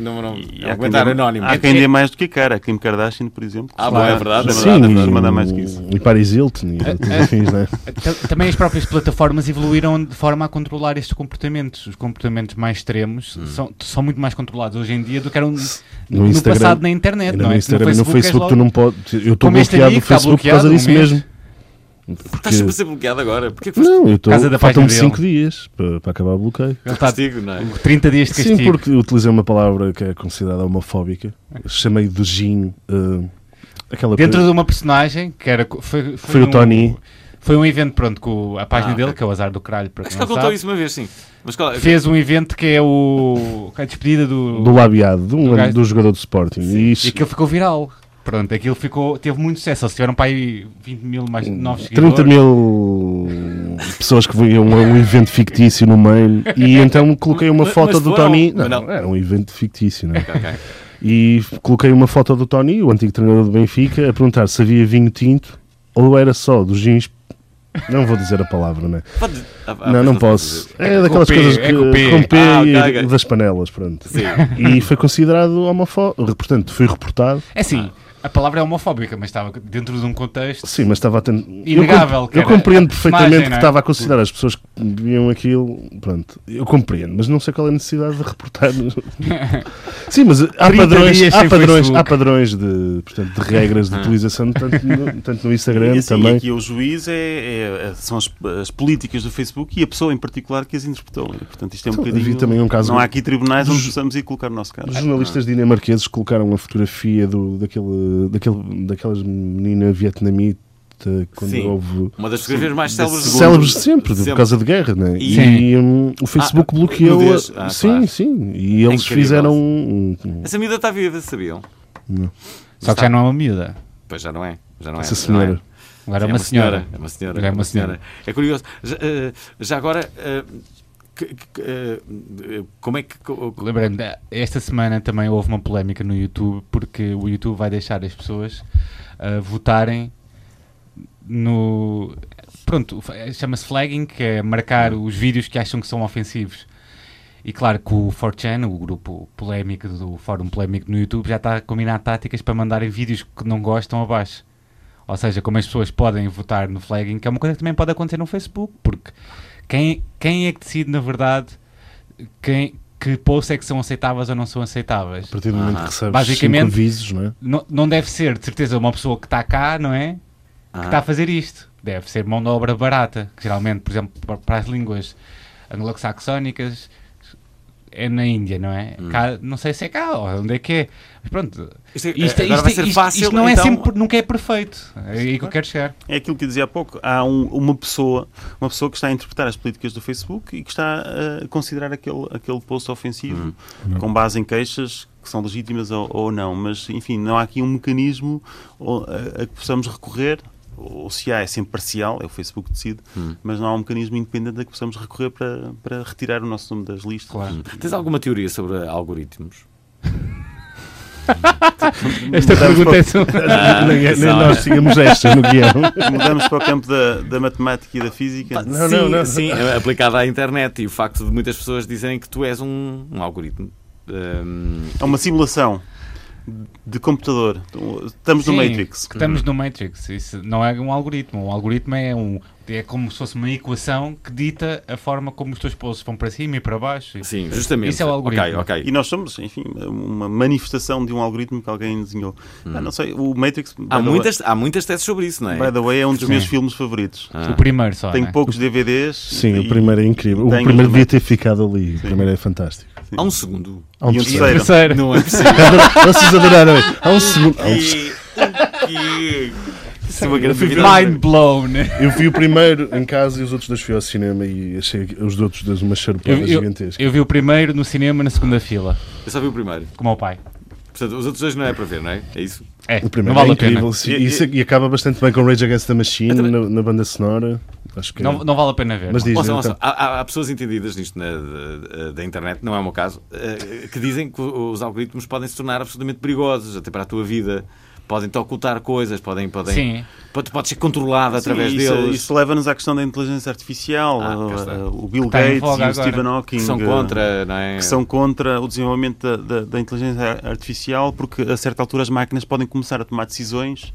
A: Não, não,
D: E
A: é
D: há
A: um comentário
D: quem dê-
A: anónimo.
D: Há quem dê mais do que a cara. A Kim Kardashian, por exemplo.
A: Ah, bom, é verdade, é
D: Sim,
A: verdade, é
D: mas
C: e-
D: mandar mais que isso.
C: E Paris Hilton e
B: É, é.
C: outros afins, não é?
B: Ta- Também as próprias plataformas evoluíram de forma a controlar estes comportamentos. Os comportamentos mais extremos são, são muito mais controlados hoje em dia do que eram no,
C: Instagram-
B: passado na internet.
C: Ainda
B: Não é?
C: no Instagram e no
B: és
C: Facebook tu
B: logo-
C: não podes. Eu estou
B: Como este
C: bloqueado do
B: amigo, está
C: Facebook por
B: bloqueado
C: causa
B: um
C: disso
B: mês.
C: mesmo.
A: Estás sempre a ser bloqueado agora. Porquê que foste
C: Não, eu estou.
B: Casa da
C: Faltam-me
B: página
C: 5 dias para, para acabar o bloqueio.
B: Ele está
A: contigo, não é?
B: 30 dias de castigo.
C: Sim, porque utilizei uma palavra que é considerada homofóbica. Chamei de Gin. eh, aquela
B: Dentro de uma personagem que era. co- Foi, um
C: Foi o Tony.
B: Foi um evento, pronto, com a página
A: Ah, ok.
B: dele, que é o Azar do Caralho, para
A: Mas
B: quem
A: já
B: não
A: contou
B: sabe,
A: isso uma vez, sim. Mas qual é?
B: Fez um evento que é o. A despedida do.
C: do labiado de um
B: do gajo-
C: do jogador do Sporting. E
B: E
C: isso,
B: aquilo ficou viral. Pronto, aquilo ficou, teve muito sucesso. Eles tiveram para aí 20 mil mais novos
C: 30
B: seguidores.
C: Hum, mil pessoas que vinham a um evento fictício no Maine e então coloquei uma
A: Mas-
C: foto
A: mas
C: do
A: foram-
C: Tony.
A: mas
C: Não,
A: não.
C: era um evento fictício, não é?
A: Ok, ok.
C: E coloquei uma foto do Tony, o antigo treinador do Benfica, a perguntar se havia vinho tinto ou era só dos jeans. Não vou dizer a palavra, não é?
A: Pode- ah, ah,
C: não,
A: pois
C: não
A: sei
C: posso.
A: dizer.
C: É,
B: com
C: daquelas
B: P,
C: coisas que,
B: é com P.
C: com P
A: Ah, ok,
C: e
A: ok.
C: das panelas, pronto.
A: Sim.
C: E foi considerado homofóbico. Portanto, fui reportado.
B: É assim, A palavra é homofóbica, mas estava dentro de um contexto.
C: Sim, mas estava a ten...
B: Inegável,
C: Eu, comp-
B: que
C: eu
B: era
C: compreendo
B: a personagem,
C: perfeitamente
B: não
C: que
B: é?
C: estava a considerar as pessoas que viam aquilo. Pronto, eu compreendo, mas não sei qual é a necessidade
B: [LAUGHS]
C: de reportar. Sim, mas há
B: 30
C: padrões,
B: dias
C: há
B: sem
C: padrões,
B: Facebook. Ah.
C: há padrões de, portanto, de regras de utilização, tanto no, tanto no Instagram
D: E assim,
C: também.
D: aqui o juiz é, é- é- são as, as políticas do Facebook e a pessoa em particular que as interpretou. E, portanto, isto é um
C: Então,
D: bocadinho.
C: havia também um caso-
D: não há aqui tribunais onde
C: Ju-
D: possamos ir colocar o nosso caso.
C: Os
A: Ah.
C: jornalistas dinamarqueses colocaram a fotografia do, daquele, daquele, daquelas menina vietnamita quando
A: Sim.
C: houve
A: Uma das fotografias mais célebres do mundo.
C: célebres de sempre, por
A: Sempre.
C: causa de guerra, né?
B: Sim.
C: E hum, o Facebook
A: Ah,
C: bloqueou.
A: nudez.
C: a-
A: Ah,
C: sim,
A: claro. É
C: sim. E eles
A: Incrível.
C: fizeram um. um-
A: Essa miúda está viva, sabiam?
B: Só que já não é uma miúda.
A: Pois já não é. Já não é.
C: essa
A: já não é.
C: senhora.
B: Agora é
A: Sim,
B: uma senhora.
A: É uma senhora.
B: Já
A: é uma senhora. É curioso. Já, eh, já agora, eh, que- que- eh, como é que. co- co-
B: Lembrando, esta semana também houve uma polémica no YouTube porque o YouTube vai deixar as pessoas ah, votarem no. Pronto, fa- chama-se flagging, que é marcar os vídeos que acham que são ofensivos. E claro que o 4chan, o grupo polémico do fórum polémico no YouTube, já está a combinar táticas para mandarem vídeos que não gostam abaixo. Ou seja, como as pessoas podem votar no flagging, que é uma coisa que também pode acontecer no Facebook, porque quem, quem é que decide, na verdade, quem, que posts é que são aceitáveis ou não são aceitáveis?
C: A partir do momento
A: Ah,
C: que recebes
B: basicamente-
C: cinco avisos, não é?
B: Não, não deve ser, de certeza, uma pessoa que está cá, não é? que
A: Ah.
B: está a fazer isto. Deve ser mão de obra barata, que geralmente, por exemplo, pa- para as línguas anglo-saxónicas é na Índia, não é? Cá- não sei se é cá ou onde é que é. Mas pronto,
A: Hum. Isto, é-
B: isto,
A: agora
B: isto-
A: vai ser
B: isto-
A: fácil.
B: isto não é
A: então,
B: sempre, nunca é perfeito. É aí que eu quero chegar.
D: É aquilo que eu dizia há pouco. Há um- uma pessoa uma pessoa que está a interpretar as políticas do Facebook e que está eh, a considerar aquele, aquele post ofensivo com base em queixas que são legítimas ou, ou não. Mas, enfim, não há aqui um mecanismo o- a, a que possamos recorrer. Ou se há, é sempre parcial, é o Facebook que decide, mas não há um mecanismo independente a que possamos recorrer para, para retirar o nosso nome das listas.
B: Claro.
A: Tens alguma teoria sobre algoritmos?
B: Esta pergunta é só.
A: Ah,
C: nem, nem
A: não,
C: nós tínhamos esta
A: [LAUGHS]
C: no guião.
D: Mudamos para o campo da, da matemática e da física.
C: Não,
A: sim,
C: não, não.
A: sim, é aplicada à internet e o facto de muitas pessoas dizerem que tu és um, um algoritmo. Hum,
D: É uma simulação de computador. Estamos no
B: Sim,
D: Matrix.
B: que Estamos no Matrix. Isso não é um algoritmo. Um algoritmo é um. É como se fosse uma equação que dita a forma como os teus pulsos vão para cima e para baixo. E-
A: sim, justamente.
B: Isso é o algoritmo.
A: Ok, ok.
D: E nós somos, enfim, uma manifestação de um algoritmo que alguém desenhou. Ah, não sei, o Matrix, by,
A: Há
D: the,
A: muitas, há muitas teses sobre isso, não é?
D: way, by the way, é um dos meus
B: Sim.
D: filmes favoritos.
A: Ah,
B: O primeiro só.
D: Tenho
B: né?
D: poucos DVDs.
C: Sim,
D: e-
C: o primeiro é incrível. O
D: Tenho
C: primeiro
D: também.
C: devia ter ficado ali. O primeiro é fantástico.
A: Há um segundo.
C: Há um
D: E um
C: terceiro.
B: Terceiro.
D: terceiro.
A: Não é possível.
C: Adoro- Vocês adoraram. Há um segundo. há um se-
A: E- e- Isso é uma grande novidade.
B: Mind blown.
C: Eu vi o primeiro em casa e os outros dois fui ao cinema e achei que os outros dois uma
B: Eu,
C: charupada
B: eu-
C: gigantesca.
B: eu vi o primeiro no cinema na segunda fila,
A: Eu só vi o primeiro.
B: com o meu pai.
A: Portanto, os outros dois não é para ver, não é? É isso.
B: É,
C: O primeiro
B: não vale
C: é
B: a pena.
C: incrível. sim,
D: E-
C: e, isso- e acaba bastante bem com Rage Against the Machine
A: Eu também-
C: na, na banda sonora. Acho que. é.
B: Não, não vale a pena ver.
C: Mas
B: não.
C: diz,
A: Ouçam,
C: então.
A: ouçam. Há, há- há pessoas entendidas nisto na- da- da internet, não é o meu caso, eh, que dizem que os algoritmos podem se tornar absolutamente perigosos, até para a tua vida. Podem-te ocultar coisas, podem. podem
B: Sim.
A: Pode, pode ser controlado
D: Sim,
A: através
D: isso, é-
A: deles.
D: isso leva-nos à questão da inteligência artificial,
A: Ah, cá está.
D: ah, o Bill
B: Está em
D: Gates e o
B: voga agora.
D: Stephen Hawking
A: Que são
D: ah,
A: contra, não é?
D: que são contra o desenvolvimento da, da- da inteligência artificial, porque a certa altura as máquinas podem começar a tomar decisões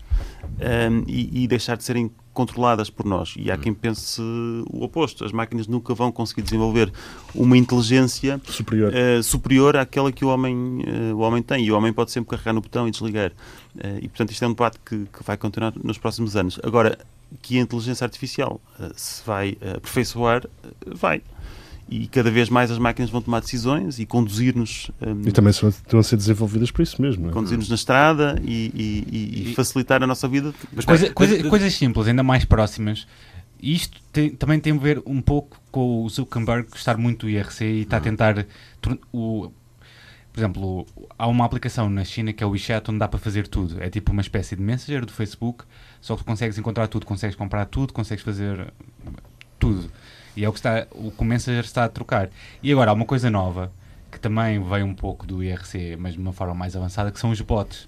D: hum, e, e deixar de serem controladas por nós. E há quem pense o oposto: as máquinas nunca vão conseguir desenvolver uma inteligência
C: Superior.
A: É.
D: eh, superior àquela que o homem, eh, o homem tem. E o homem pode sempre carregar no botão e desligar. Eh, e, portanto, isto é um debate que, que vai continuar nos próximos anos. Agora, que a inteligência artificial eh, se vai eh, aperfeiçoar, eh, vai. E cada vez mais as máquinas vão tomar decisões e conduzir-nos
C: E também são- estão a ser desenvolvidas para isso mesmo. não é?
D: conduzir na estrada e, e- e- e facilitar a nossa vida.
A: Mas
B: Coisa-
A: espera,
B: coisa-
A: mas-
B: coisas simples, ainda mais próximas. E Isto tem- também tem a ver um pouco com o Zuckerberg gostar muito do IRC e
A: Uhum.
B: está a tentar. tor- O, por exemplo, o- há uma aplicação na China que é o WeChat onde dá para fazer tudo. É tipo uma espécie de mensageiro do Facebook, só que tu consegues encontrar tudo, consegues comprar tudo, consegues fazer tudo. E é o que, está, o que o Messenger está a trocar. E agora há uma coisa nova que também veio um pouco do IRC, mas de uma forma mais avançada, que são os bots.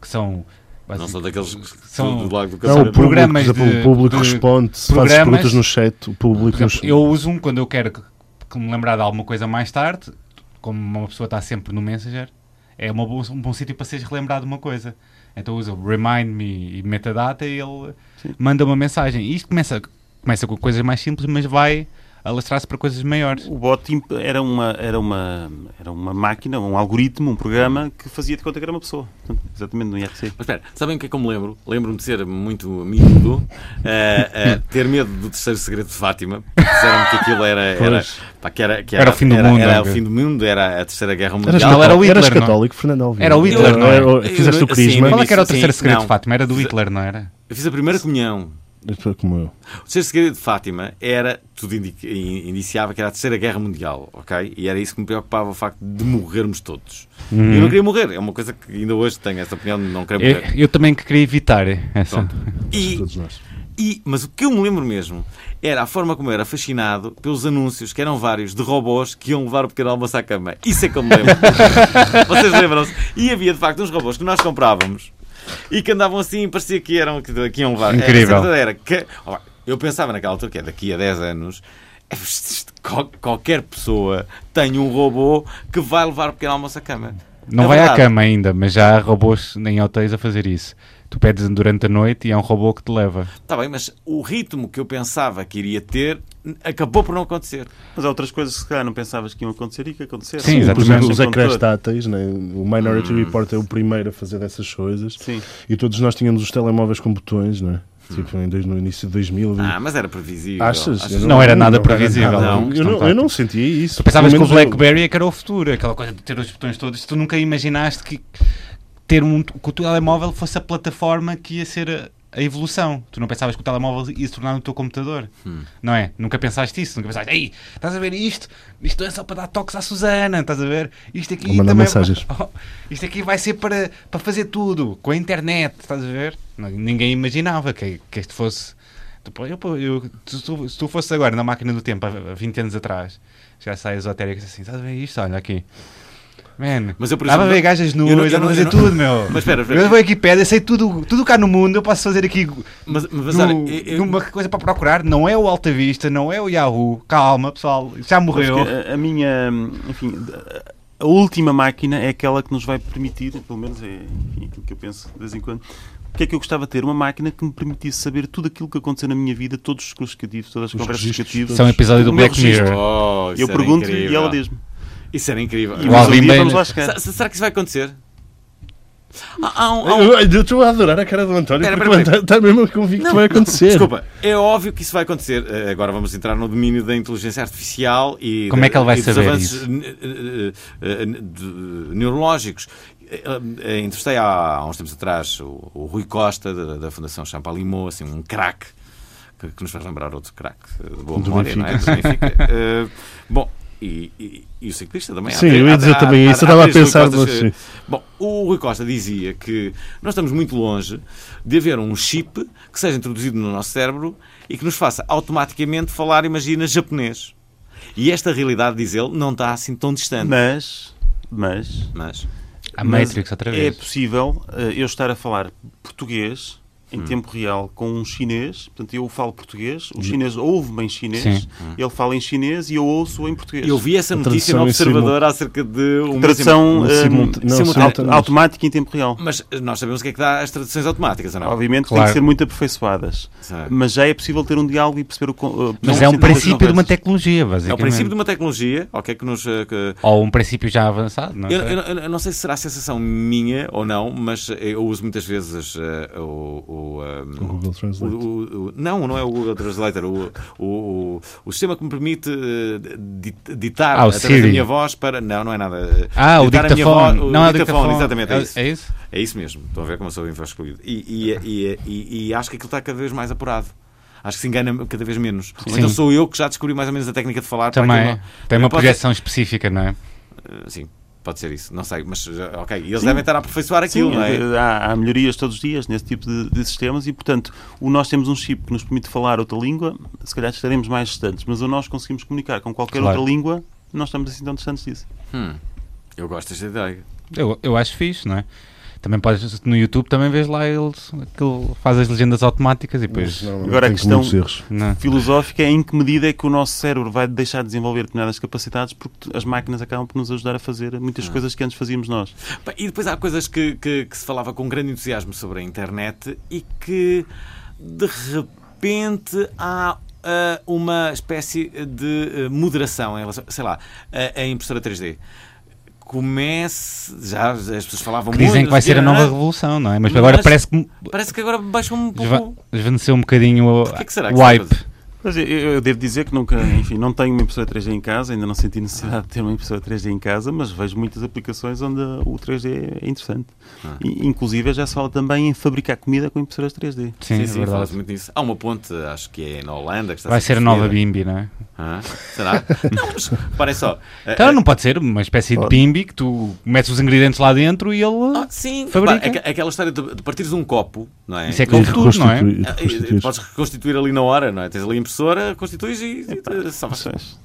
B: Que são.
A: Hum. Não são
B: basicamente,
A: daqueles que
B: São-
A: do lago do
C: Não,
A: Cacera.
C: o público,
B: programas
C: por exemplo,
B: de-
C: o público
B: de
C: responde, se fazes
B: programas.
C: perguntas no chat, o público
B: Por exemplo,
C: nos-
B: eu uso um quando eu quero que, que me lembrar de alguma coisa mais tarde, como uma pessoa está sempre no Messenger, é uma bo- um bom sítio para seres relembrado de uma coisa. Então usa o remind me e metadata e ele manda uma mensagem. E isto começa, começa com coisas mais simples, mas vai alastrar-se para coisas maiores.
D: O bot imp- era uma, era, uma, era uma máquina, um algoritmo, um programa que fazia de conta que era uma pessoa. Portanto, exatamente no IRC.
A: Mas espera, sabem o que é que eu me lembro? Lembro-me de ser muito miúdo, eh, eh, ter medo do terceiro segredo de Fátima. Disseram-me que aquilo era. Era,
C: Pois.
A: pá, que era, que
B: Era o fim do
A: era-
B: mundo,
A: Era o
B: ok.
A: fim do mundo, era a terceira guerra mundial.
B: Não, era o
C: eras
B: Hitler, não? é?
C: católico, Fernando Alvim.
B: Era o Hitler, não é? era?
C: Fizeste
A: Eu-
C: o crisma,
A: sim,
B: Qual é que era o
A: Sim,
B: terceiro segredo
A: não.
B: de Fátima? Era do Hitler, não era?
A: Eu fiz a primeira comunhão.
C: como eu.
A: O terceiro segredo de Fátima era, tudo indi- in- indiciava que era a terceira guerra mundial, ok? E era isso que me preocupava, o facto de morrermos todos. E eu
C: Uhum.
A: não queria morrer, é uma coisa que ainda hoje tenho essa opinião de não querer
B: Eu,
A: morrer.
B: eu também que queria evitar essa.
A: É. Pronto. E
C: É. Todos nós.
A: E- mas o que eu me lembro mesmo era a forma como eu era fascinado pelos anúncios, que eram vários, de robôs que iam levar o pequeno almoço à cama. Isso é que eu me
B: [LAUGHS]
A: lembro. Vocês lembram-se? E havia de facto uns robôs que nós comprávamos e que andavam assim, parecia que eram que, que iam levar.
B: Incrível.
A: A certeza Era que, ó, eu pensava naquela altura que é daqui a 10 anos. é, isto- qual- Qualquer pessoa tem um robô que vai levar o pequeno almoço à cama.
B: Não
A: É
B: vai à
A: verdade.
B: cama ainda, mas já há robôs em hotéis a fazer isso. Tu pedes durante a noite e é um robô que te leva.
A: Está Tá bem, mas o ritmo que eu pensava que iria ter acabou por não acontecer.
D: Mas há outras coisas que se calhar não pensavas que iam acontecer e que aconteceram.
B: Sim,
D: Por
B: exatamente.
D: exemplo,
C: Os
D: o condutor.
C: acrestáteis, né? o Minority Report é o primeiro a fazer dessas coisas.
D: Sim.
C: E todos nós tínhamos os telemóveis com botões, não é? Tipo, em dois- no início de 2000.
A: Ah, mas era previsível.
C: Achas?
A: Achas
C: Eu
B: Não era nada previsível.
A: Não,
C: eu, não, eu
B: estão
C: não sentia isso.
B: Tu pensavas que
C: Pelo
B: o
C: menos eu-
B: Blackberry é que era o futuro, aquela coisa de ter os botões todos. Tu nunca imaginaste que ter um que o telemóvel fosse a plataforma que ia ser a, a evolução. Tu não pensavas que o telemóvel ia se tornar no teu computador,
C: Hum.
B: não é? Nunca pensaste isso, nunca pensaste, ei, estás a ver isto? Isto é só para dar toques à Susana, estás a ver? Isto aqui
C: Ou mandar
B: também [LAUGHS] Oh,
C: mensagens.
B: isto aqui vai ser para, para fazer tudo, com a internet, estás a ver? Não, Ninguém imaginava que, que este fosse. Tu- eu- eu- se, tu, se tu fosses agora na máquina do tempo, há 20 anos atrás, já sai esotérico assim, estás a ver isto? Olha aqui. Man,
A: Mas eu, por
B: estava a
A: exemplo,
B: ver gajas
A: não-
B: nuas,
A: eu não- eu
B: dá para
A: não-
B: fazer
A: eu não-
B: tudo,
A: [LAUGHS]
B: meu.
A: Mas espera, espera.
B: Eu vou aqui pede, eu sei tudo, tudo cá no mundo, eu posso fazer aqui
A: Mas, mas
B: no-
A: olha, eu- eu-
B: numa coisa para procurar. Não é o Alta Vista, não é o Yahoo. Calma, pessoal, já
D: Sabes
B: morreu.
D: que a, a minha, enfim, a última máquina é aquela que nos vai permitir, pelo menos é enfim, aquilo que eu penso de vez em quando. O que é que eu gostava de ter? Uma máquina que me permitisse saber tudo aquilo que aconteceu na minha vida, todos os crucificativos, todas as
C: Os
D: conversas
C: registros
D: crucificativas.
B: Isso é um episódio do
D: O meu
B: Black
D: registro.
B: Mirror.
A: Oh, isso
D: Eu
A: era
D: pergunto e
A: incrível.
D: ela diz-me.
A: Isso era incrível.
D: E
B: O
D: um
B: Alvin
D: dia
B: Bailey.
D: vamos lá chegar.
A: Sa- sa- Será que isso vai acontecer? Há, há um- há um-
C: Eu- Eu estou a adorar a cara do António,
A: Pera,
C: porque
A: pera,
C: está, está mesmo convicto que vai acontecer.
A: Desculpa, é óbvio que isso vai acontecer. Eh, Agora vamos entrar no domínio da inteligência artificial e
B: Como é que ele vai
A: e dos
B: saber
A: avanços
B: isso?
A: ne- eh, eh, eh, de- neurológicos. Eh, eh, Entrevistei há, há uns tempos atrás o, o Rui Costa, da, da Fundação Champalimau, assim, um craque, que, que nos faz lembrar outro craque eh, de boa
C: Do
A: memória, não é? Do Benfica. Eh, bom, e, e- e o ciclista também. Há
C: Sim,
A: três-
C: eu ia
A: há-
C: dizer
A: há-
C: também
A: há-
C: isso, eu
A: há
C: estava a
A: três Rui
C: pensar
A: Costas,
C: nisso,
A: eh,
C: sim.
A: Bom, o Rui Costa dizia que nós estamos muito longe de haver um chip que seja introduzido no nosso cérebro e que nos faça automaticamente falar, imagina, japonês. E esta realidade, diz ele, não está assim tão distante.
D: Mas, mas,
A: Mas,
B: A
D: mas
B: Matrix, outra
D: É
B: vez.
D: possível eh, eu estar a falar português em
B: Hum.
D: tempo real com um chinês, portanto eu falo português, o chinês ouve-me em chinês,
B: Sim.
D: ele fala em chinês e eu ouço em português.
A: eu vi essa
C: A
A: notícia
C: tradução
A: no
C: em
A: Observador acerca de um uma
D: tradução
C: Não,
D: eh,
C: simulta- não,
D: simulta-
C: simultânea.
D: automática em tempo real.
A: Mas nós sabemos o que é que dá as traduções automáticas, ou não?
D: Obviamente têm tem
B: Claro.
D: que ser muito aperfeiçoadas,
A: Sabe?
D: mas já é possível ter um diálogo e perceber o... con- eh,
B: Mas
D: não
B: é um
D: sentar as
B: princípio de uma
D: conversas.
B: tecnologia, basicamente.
A: É o princípio de uma tecnologia, ok, que nos... eh, que-
B: Ou um princípio já avançado, não é?
A: Eu, eu- eu- eu não sei se será a sensação minha ou não, mas eu uso muitas vezes eh, o, o, eh,
C: O Google
A: o-
C: Translate.
A: o- o- não, não é o Google Translator, o, o, o, o sistema que me permite eh, di- ditar
B: Ah, o
A: através da
B: Siri.
A: minha voz para. Não, não é nada. eh,
B: Ah, o
A: ditar a minha
B: dictafone.
A: voz- o
B: não, é o
A: dictafone,
B: dictafone.
A: exatamente, é isso.
B: É isso?
A: É isso mesmo. Estão a ver como eu sou info excluído. E, e, e, e- e acho que aquilo está cada vez mais apurado. Acho que se engana cada vez menos. Ou
B: Sim.
A: então sou eu que já descobri mais ou menos a técnica de falar. para
B: Também. é.
A: aquilo não-
B: Tem uma
A: Pode-
B: projeção específica, não é?
A: eh, Sim, pode ser isso. Não sei, mas eh, ok. Eles devem estar a aperfeiçoar aquilo,
D: Sim,
A: não é?
D: eh, há, há melhorias todos os dias nesse tipo de, de sistemas e, portanto, o nós temos um chip que nos permite falar outra língua, se calhar estaremos mais distantes, mas o nós conseguimos comunicar com qualquer
B: Claro.
D: outra língua, não estamos assim tão distantes disso.
A: Eu gosto desta ideia.
B: Eu, eu acho fixe, não é? Também podes, no YouTube também vês lá eles, aquilo, faz as legendas automáticas e depois...
C: Não,
D: Agora a
C: tem
D: questão-
C: muitos erros.
B: Não.
D: filosófica é em que medida é que o nosso cérebro vai deixar de desenvolver determinadas capacidades porque tu- as máquinas acabam por nos ajudar a fazer muitas
A: Ah.
D: coisas que antes fazíamos nós.
A: Pá, E depois há coisas que, que- que se falava com grande entusiasmo sobre a internet e que de repente há ah, uma espécie de ah, moderação em relação, sei lá, a, a impressora 3D. Comece, já as pessoas falavam
B: Que
A: muito,
B: dizem que vai
A: não sei
B: ser a
A: quê,
B: nova
A: não é?
B: revolução, não é? Mas
A: Mas
B: agora parece
A: parece-
B: que
A: Parece que agora baixou um
B: esva-
A: pouco.
B: esvaneceu um bocadinho o
A: Porquê que será que
B: o
A: se
B: hype.
A: faz?
D: Mas eu, é, eu devo dizer que nunca, enfim, não tenho uma impressora 3D em casa, ainda não senti necessidade de ter uma impressora 3D em casa, mas vejo muitas aplicações onde o 3D é interessante.
A: Ah.
D: E, inclusive já se fala também em fabricar comida com impressoras 3D.
B: Sim,
A: sim,
B: é
A: sim,
B: verdade.
A: fala-se muito nisso. Há uma ponte, acho que é na Holanda. Que está
B: Vai
A: ser
B: ser a nova
A: construída.
B: Bimbi, não é?
A: Hã? Ah,
B: [LAUGHS]
A: Será? não, mas parem só. ah,
B: Então
A: ah,
B: não pode ser uma espécie de
D: Pode.
B: Bimbi que tu metes os ingredientes lá dentro e ele...
A: Ah, sim,
B: Fabrica.
A: Pá, aqua- aquela história de, de partires um copo, não é?
B: Isso é
A: Tu-
B: Com
C: E
B: tudo, não é?
C: reconstituir- e
A: Ah, e-
C: reconstituir.
A: Podes reconstituir ali na hora, não é? Tens ali a impressora, constituís e. e- salvas.
D: Pois.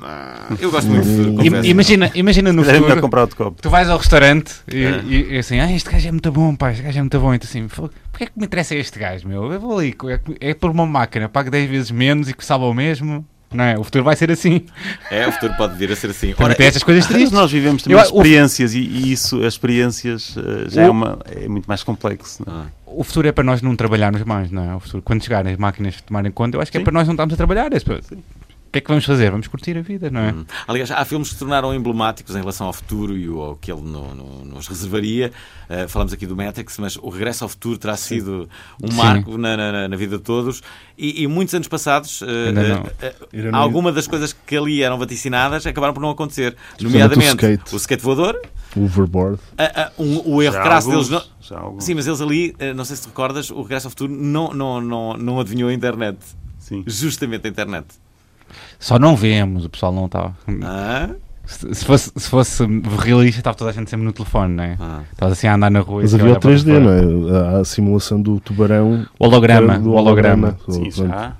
A: Ah, eu gosto muito de.
B: Im-
A: confesso.
B: Imagina, imagina no
D: Era melhor
B: futuro...
D: comprar outro copo.
B: Tu vais ao restaurante e,
A: É.
B: e- e assim, ah, este gajo é muito bom, pá, este gajo é muito bom. E tu assim, "Fô, porquê é que me interessa este gajo, meu? Eu vou ali, co- é, é por uma máquina, pago 10 vezes menos e que sabe o mesmo. Não é? O futuro vai ser assim.
A: É, o futuro pode vir a ser assim.
B: Ora, tem estas coisas
D: Mas
B: tristes.
D: então nós vivemos também
B: Eu- o-
D: experiências e, e isso, as experiências, eh, já
B: O-
D: é, uma, é muito mais complexo. não é?
B: O futuro é para nós não trabalharmos mais, não é? O futuro, quando chegarem as máquinas tomarem conta, eu acho que é
D: Sim.
B: para nós não estarmos a trabalhar. é para- O que é que vamos fazer? Vamos curtir a vida, não é?
A: Hum. Aliás, há filmes que se tornaram emblemáticos em relação ao futuro e ao que ele no- no- nos reservaria. Ah, falamos aqui do Matrix, mas o regresso ao futuro terá sido um
B: Sim.
A: marco na, na- na vida de todos. E, e muitos anos passados, ah,
B: Ainda não.
A: ah, ah,
C: Ainda não.
A: alguma das coisas que ali eram vaticinadas acabaram por não acontecer.
C: Especialmente o
A: Nomeadamente
C: skate.
A: o skate voador,
C: Overboard.
A: ah, ah, um- o erro
D: Já
A: crasso
D: alguns-
A: deles. Não...
D: já alguns.
A: Sim, mas eles ali, eh, não sei se te recordas, o Regresso ao Futuro não, não, não, não adivinhou a internet.
D: Sim.
A: Justamente a internet.
B: Só não vemos, o pessoal não está.
A: Ah?
B: Se, se fosse, se fosse realista, estava toda a gente sempre no telefone, não é?
A: Ah.
B: Estavas assim a andar na rua e
C: Mas
B: assim a
C: havia o
B: olhar para
C: 3D,
B: fora.
C: não é? Há a simulação do tubarão.
B: Holograma,
C: do
B: holograma.
C: Do-
D: Sim,
C: pronto.
D: já.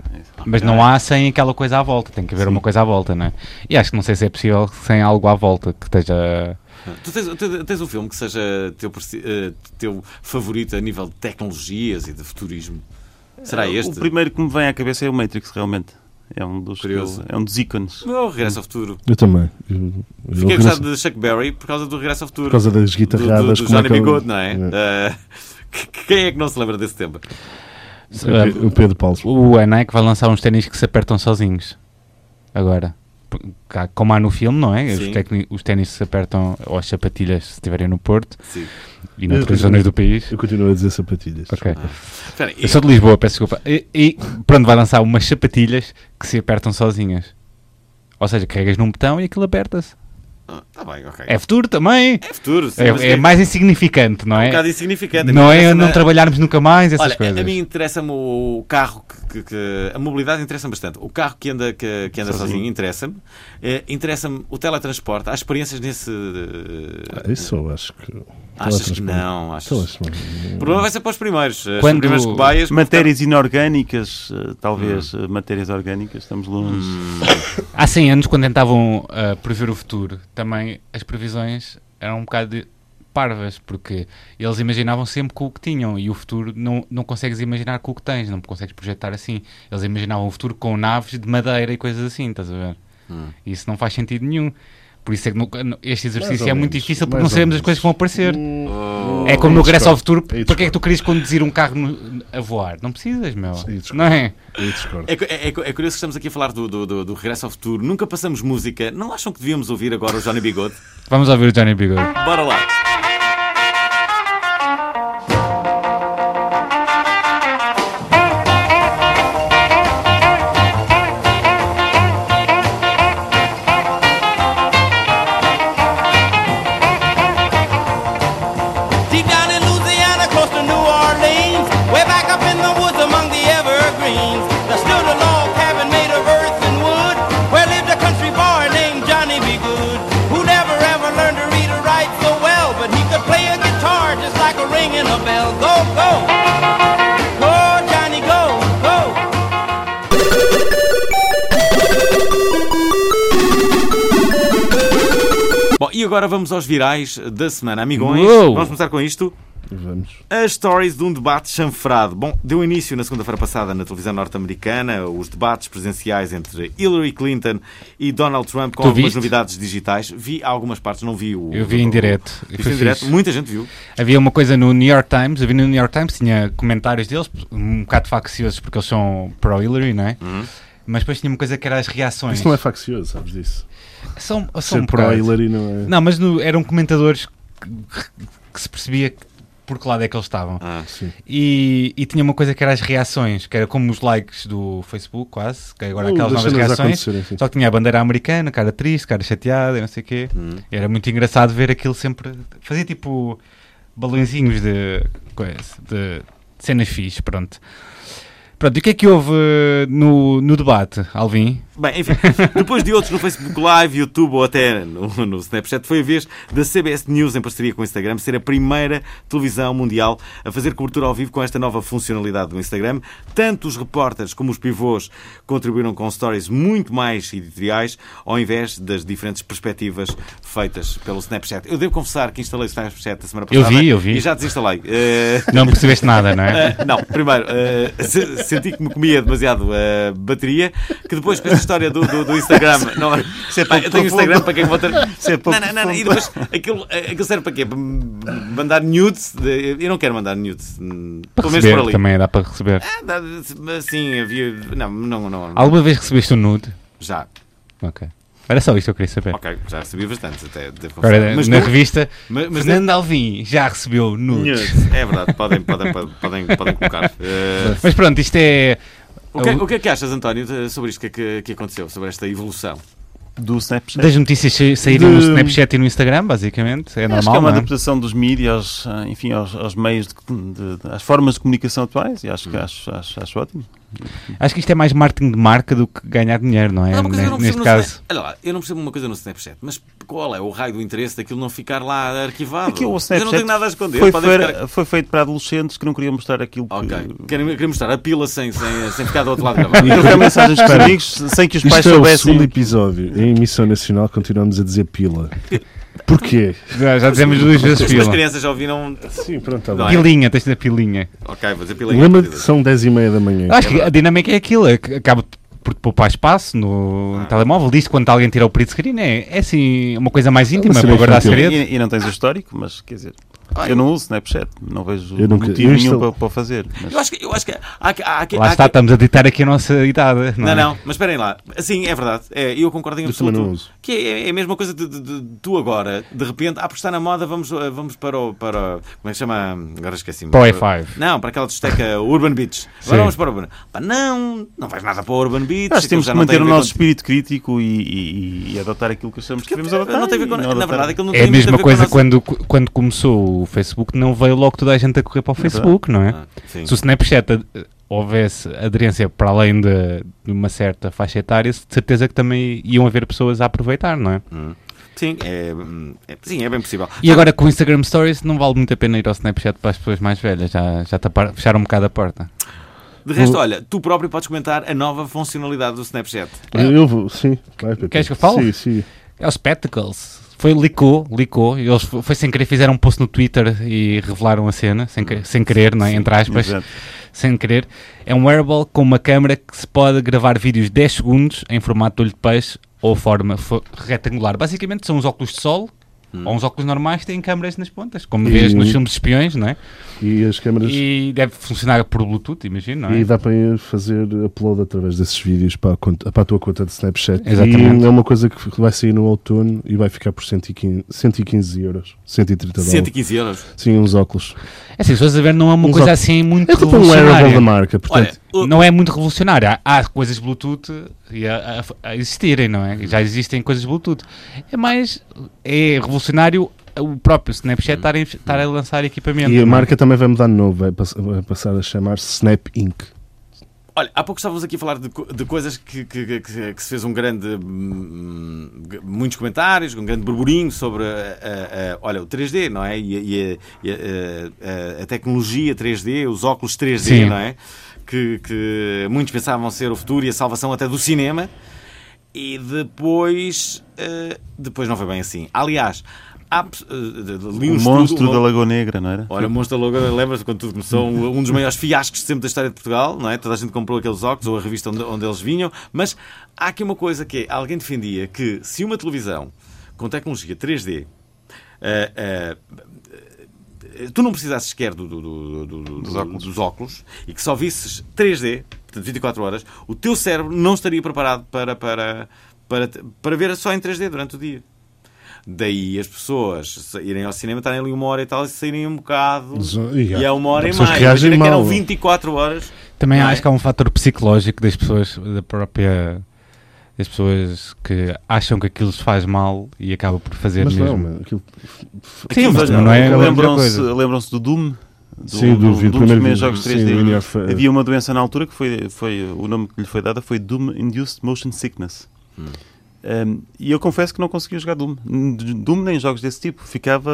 B: Mas não há sem aquela coisa à volta, tem que haver uma coisa à volta, não é? E acho que não sei se é possível sem algo à volta que esteja.
A: Tu tens, tu tens um filme que seja teu, persi- eh, teu favorito a nível de tecnologias e de futurismo? Será este?
D: Eh, O primeiro que me vem à cabeça é o Matrix, realmente. É um dos,
A: Curioso.
D: é um dos ícones.
A: Não, o Regresso ao Futuro.
C: Eu também. Eu, eu
A: Fiquei a
C: regresso-
A: gostar de Chuck Berry por causa do Regresso ao Futuro.
C: por causa das
A: do, do, do
C: guitarradas. como é
A: Johnny
C: que é o-
A: Bigode, não é?
C: É.
A: Ah, que- que- quem é que não se lembra desse tempo?
C: é, O Pe- O Pedro Paulo.
B: O a Nike vai lançar uns ténis que se apertam sozinhos. Agora. P- cá, Como há no filme, não é? Os
A: Sim.
B: tecni- Os ténis que se apertam, ou as sapatilhas se estiverem no Porto
A: Sim.
B: e noutras
C: Eu-
B: zonas do país.
C: Eu continuo a dizer sapatilhas.
B: Ok.
A: Espera,
B: Eu sou de Lisboa, peço desculpa. E, e, pronto, vai lançar umas sapatilhas que se apertam sozinhas. Ou seja, carregas num botão e aquilo aperta-se.
A: Está Ah, tá bem, ok.
B: É futuro também.
A: É futuro. sim, mas
B: É, é mais insignificante, não
A: um
B: é?
A: bocado insignificante.
B: Não é
A: Interessa-me
B: não
A: a-
B: trabalharmos nunca mais essas
A: Olha,
B: coisas.
A: a mim interessa-me o carro que, que- que- a mobilidade interessa-me bastante. O carro que anda que, que anda sozinho,
D: Sozinho.
A: interessa-me. Eh, interessa-me o teletransporte. Há experiências nesse eh,
C: Ah, Isso eu acho que.
A: achas que
C: teletransporte.
A: não,
C: Então,
A: achas.
C: acho que não.
A: O problema vai ser para os primeiros, as
B: Quando-
A: primeiras cobaias.
D: Matérias inorgânicas, eh, talvez eh, matérias orgânicas, estamos longe.
A: Hum.
B: Há 100 anos, quando tentavam ah, prever o futuro, também as previsões eram um bocado de- parvas, porque eles imaginavam sempre com o que tinham e o futuro não, não consegues imaginar com o que tens, não consegues projetar assim. Eles imaginavam o futuro com naves de madeira e coisas assim, estás a ver?
A: Hum.
B: Isso não faz sentido nenhum. Por isso é que nunca- não- este
C: Mais
B: exercício
C: ou
B: é muito
C: menos,
B: difícil porque
C: mais
B: não
C: ou
B: sabemos as
C: menos.
B: coisas que vão aparecer.
A: Oh.
B: É como no regresso ao futuro,
C: Aí
B: porque é que tu querias conduzir um carro no- a voar? Não precisas, meu.
C: discordo.
B: Não é?
C: Eu discordo.
A: É, cu- é- é cu- é curioso que estamos aqui a falar do, do, do- do regresso ao futuro. Nunca passamos música. Não acham que devíamos ouvir agora o Johnny Bigode?
B: Vamos ouvir o Johnny Bigode.
A: Bora lá.
F: Deep down in Louisiana, close to New Orleans, way back up in the woods among the evergreens, there stood a log cabin made of earth and wood, where lived a country boy named Johnny B. Good, who never ever learned to read or write so well, but he could play a guitar just like a ring in a bell. Go, go, go, Johnny, go, go.
A: Bom, e e agora vamos aos virais da semana. Amigões,
B: Uou!
A: vamos começar com isto.
C: Vamos.
A: As stories de um debate chanfrado. Bom, deu início na segunda-feira passada na televisão norte-americana os debates presenciais entre Hillary Clinton e Donald Trump com
B: Tu
A: algumas
B: viste?
A: novidades digitais. Vi algumas partes, não vi o.
B: Eu vi em direto. E
A: Viste
B: foi
A: em direto?
B: fixe.
A: Muita gente viu.
B: Havia uma coisa no New York Times, havia no New York Times, tinha comentários deles, um bocado facciosos porque eles são pro-Hillary, não é?
A: Uhum.
B: Mas depois tinha uma coisa que era as reações.
C: Isso não é faccioso, sabes disso?
B: São, são um
C: Ser
B: bocado.
C: pró-Hillary não é.
B: Não, mas no- eram comentadores que, que se percebia que- por que lado é que eles estavam.
A: Ah,
C: sim.
B: E, e tinha uma coisa que era as reações, que era como os likes do Facebook, quase, que agora
C: Ou
B: aquelas
C: das
B: novas
C: cenas a
B: reações.
C: acontecerem, sim.
B: Só que tinha a bandeira americana, cara triste, cara chateada, e não sei o quê. Era muito engraçado ver aquilo sempre. Fazia tipo balõezinhos de, coisa, de cenas fixe, pronto. Pronto, e o que é que houve eh, no, no debate, Alvin?
A: Bem, enfim, [LAUGHS] depois de outros no Facebook Live, YouTube ou até no, no Snapchat, foi a vez da CBS News, em parceria com o Instagram, ser a primeira televisão mundial a fazer cobertura ao vivo com esta nova funcionalidade do Instagram. Tanto os repórteres como os pivôs contribuíram com stories muito mais editoriais, ao invés das diferentes perspectivas feitas pelo Snapchat. Eu devo confessar que instalei o Snapchat a semana
B: Eu
A: passada
B: vi, eu vi.
A: e já desinstalei.
B: [LAUGHS]
A: Eh,
B: Não percebeste nada,
A: [LAUGHS]
B: não é?
A: ah, não, primeiro, ah, se- senti que me comia demasiado a bateria, que depois com essa história do, do- do [LAUGHS] Instagram. Não,
D: Isso é
A: Pá,
D: pouco
A: eu tenho
D: profundo.
A: Instagram para quem vou ter.
D: Isso é pouco
A: não, não, não, não, e
D: profundo.
A: depois aquilo, eh, aquilo serve para quê? Para m- mandar nudes? De- Eu não quero mandar nudes. hum, Pelo menos por
B: Receber,
A: ali.
B: também dá para receber.
A: Ah, dá- Sim, havia. Não, não, não.
B: Alguma vez recebeste um nude?
A: Já,
B: Ok. Era só isto que eu queria saber.
A: ok, já recebi bastante, até devo confessar.
B: Agora,
A: Mas
B: na
A: não-
B: revista,
A: mas- mas
B: Fernando Alvim já recebeu nudes.
A: nudes. É verdade, podem, podem, podem, podem colocar. Ah,
B: Mas pronto, isto é.
A: o, que, é- o que é que achas, António, de- sobre isto que- é que- que aconteceu, sobre esta evolução?
D: do Snapchat.
B: Das notícias sa- saírem no
D: De-
B: Snapchat e no Instagram, basicamente. É
D: Acho que é
B: normal.
D: uma
B: não é?
D: adaptação dos mídias, ah, enfim, aos, aos meios, de, de- de- às formas de comunicação atuais e
A: Hum.
D: acho, que acho, acho, acho ótimo.
B: Acho que isto é mais marketing de marca do que ganhar dinheiro, não é?
A: Há uma coisa que eu não
B: Ne- Neste
A: percebo no
B: caso.
A: Snap- Olha lá, eu não percebo uma coisa no Snapchat, mas qual é o raio do interesse daquilo não ficar lá arquivado?
D: Aqui o
A: Mas Ah, eu
D: Snapchat
A: não tenho nada a esconder.
D: Foi,
A: podem
D: fer-
A: ficar-
D: foi feito para adolescentes que não queriam mostrar aquilo que...
A: Ok, querem, querem mostrar a pila sem, sem, sem ficar do outro lado
B: [LAUGHS]
A: gravado.
D: Trocar mensagens com os amigos sem que os pais
C: Isto é o
A: um-
C: segundo
D: soubessem.
C: episódio. Em emissão nacional continuamos a dizer
A: [LAUGHS]
C: pila. Porquê?
B: Já, já dizemos duas vezes
A: As
B: pila.
A: crianças já ouviram.
C: Sim, pronto, tá
A: Não
C: bem.
A: é?
B: Pilinha, tens de ter pilinha.
A: Ok, vou dizer pila em
C: Lembra-te que
A: português.
C: são 10 e meia da manhã.
B: Acho que a dinâmica é aquilo. é que Acaba por te poupar espaço
A: Ah.
B: no telemóvel. Diz quando alguém tira o print screen. É, é assim, uma coisa mais íntima
C: cena
A: é
B: para guardar
C: infantil.
B: segredo.
D: E, e não tens o histórico, mas quer dizer,
A: Ah,
D: eu não uso Snapchat, não vejo
C: Eu nunca-
D: motivo
C: eu
D: nenhum
C: estou-
D: para, para o fazer. mas-
A: Eu acho que. Eu acho que há, há, há, há-
B: Lá
A: há-
B: está, estamos a ditar aqui a nossa idade. Não,
A: Não,
B: é?
A: não, mas esperem lá. Sim, é verdade. É, eu concordo em
C: Eu também
A: absoluto.
C: não uso.
A: Que é, é a mesma coisa de, de- de- tu agora, de repente, ah, porque está na moda, vamos, eh, vamos para o. Para, o- como é que chama? Agora esqueci-me.
B: Para o E5.
A: Não, para aquela discoteca Urban Beach.
B: Sim.
A: Agora vamos para o Urban. Pá, não, não vais nada para o Urban Beach.
D: Nós
A: aquilo
D: temos
A: já
D: que
A: não tem
D: manter
A: a
D: o
A: ver
D: nosso
A: com-
D: espírito crítico e, e- e adotar aquilo que achamos que é devemos adotar.
A: Não tem a ver com.
D: e não
A: Na
D: adotar.
A: verdade, aquilo não
B: É
A: tem
B: a
A: muito
B: mesma
A: ver
B: coisa
A: com a
B: quando, quando começou o Facebook, não veio logo toda a gente a correr para o Facebook, não é?
A: nossa- Ah, sim.
B: Se o Snapchat ad- houvesse aderência para além de, de uma certa faixa etária, de certeza que também iam haver pessoas a aproveitar, não é?
A: Hum. Sim, é, hum, é- sim, é bem possível.
B: E agora com o Instagram Stories não vale muito a pena ir ao Snapchat para as pessoas mais velhas, já, já tapar, fecharam um bocado a porta.
A: Ah, De resto, olha, tu próprio podes comentar a nova funcionalidade do Snapchat.
C: Eu eu vou, sim. Vai, Pepe.
B: Queres que eu fale?
C: Sim, sim.
B: É o Spectacles. Foi, licou, licou. Eles fo- foi sem querer, fizeram um post no Twitter e revelaram a cena, sem, que- sem querer, não é? Entre aspas.
D: Exato.
B: sem querer. É um wearable com uma câmera que se pode gravar vídeos 10 segundos em formato de olho de peixe ou forma fo- retangular. Basicamente são uns óculos de sol ou uns óculos normais que têm câmeras nas pontas, como
C: Hum. E-
B: vês nos filmes de espiões, não é?
C: E as câmaras. E...
B: E deve funcionar por Bluetooth, imagino, não é?
C: dá para ir fazer upload através desses vídeos para a, conta- para a tua conta de Snapchat.
B: Exatamente.
C: E é uma coisa que vai sair no outono e vai ficar por 115, 115 euros. 130 dólares.
A: 115 euros.
C: Sim, uns óculos.
B: É assim, se vocês a ver, não é uma
C: Uns
B: coisa
C: óculos.
B: assim muito
C: É tipo um wearable da
B: revolucionária.
C: marca.
A: Olha,
C: Portanto,
A: o-
B: Não é muito revolucionária. Há há coisas Bluetooth e a, a- a existirem, não
D: Uhum.
B: é? Já existem coisas Bluetooth. É mais é revolucionário o próprio Snapchat
D: Uhum.
B: estar, a, estar a lançar equipamento.
C: e a
B: não é?
C: marca também vai mudar de novo. Vai pass- vai passar a chamar-se Snap Inc.
A: Olha, há pouco estávamos aqui a falar de, co- de coisas que, que- que- que se fez um grande. hum, g- muitos comentários, um grande burburinho sobre. ah, ah, ah, olha, o 3D, não é? E, a- e a, e a- ah, a tecnologia 3D, os óculos 3D,
B: Sim.
A: não é? Que, que muitos pensavam ser o futuro e a salvação até do cinema. E depois. eh, depois não foi bem assim. Aliás, há, pe- eh, li um
D: O
A: estudo-
D: monstro
A: uma-
D: da Lagoa Negra, não era?
A: Olha, o Monstro da Lagoa, lembras-te quando tudo começou? Um um dos maiores fiascos de sempre da história de Portugal, não é? Toda a gente comprou aqueles óculos ou a revista onde, onde eles vinham. Mas há aqui uma coisa que é, alguém defendia que se uma televisão com tecnologia 3D... eh, eh, eh, Tu não precisasses sequer do- do- do- do- do-
D: Dos óculos.
A: dos óculos e que só visses 3D, portanto 24 horas, o teu cérebro não estaria preparado para, para, para, para ver só em 3D durante o dia. Daí as pessoas irem ao cinema, estarem ali uma hora e tal, e saírem um bocado.
C: Zo-
A: E
C: yeah.
A: é uma hora e
C: As pessoas
A: mais.
C: reagem
A: Imagina que eram
C: mal.
A: 24 horas.
B: Também
A: Não é?
B: acho que há um fator psicológico das pessoas, da própria. das pessoas que acham que aquilo se faz mal e acaba por fazer
C: Mas não,
B: É mesmo.
C: mas aquilo
B: Sim, mas
D: olha,
B: não é a grande
D: Lembram-se
B: coisa.
D: lembram-se do Doom? Do,
C: Sim, do- do
D: dos
C: primeiro
D: primeiros
C: vídeo.
D: jogos
C: Sim, do
D: 3D.
C: Linear Fa-
D: Havia uma doença na altura que foi, foi o nome que lhe foi dada foi Doom Induced Motion Sickness. Um, e eu confesso que não conseguia jogar Doom. Doom nem jogos desse tipo. Ficava.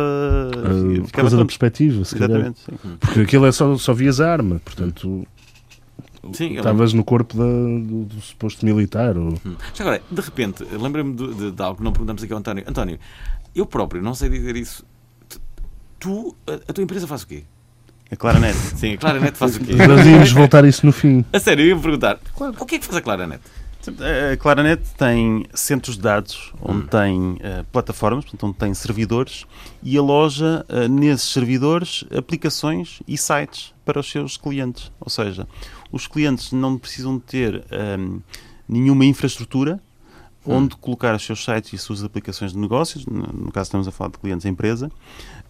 C: ah, por
D: ficava
C: causa da
D: tonto.
C: perspectiva, se calhar.
D: Exatamente. sim.
C: Porque aquilo é só, só vias a arma,
B: Hum.
C: portanto,
A: Sim, eu
C: estavas no corpo da- do, do suposto militar. Ou...
A: Já agora, de repente, lembrei-me de, de- de algo que não perguntamos aqui ao António. António, eu próprio não sei dizer isso. Tu- Tu, a, a tua empresa faz o quê?
D: A clarinete.
A: Sim, a Claranet faz o
C: [LAUGHS]
A: quê?
C: Nós íamos voltar a isso no fim.
A: A sério, eu ia me perguntar. O que é que faz a Claranet?
D: A Claranet tem centros de dados, onde tem eh, plataformas, portanto, onde tem servidores, e aloja eh, nesses servidores aplicações e sites para os seus clientes. Ou seja, os clientes não precisam de ter ehm, nenhuma infraestrutura onde colocar os seus sites e as suas aplicações de negócios, no no caso estamos a falar de clientes empresa,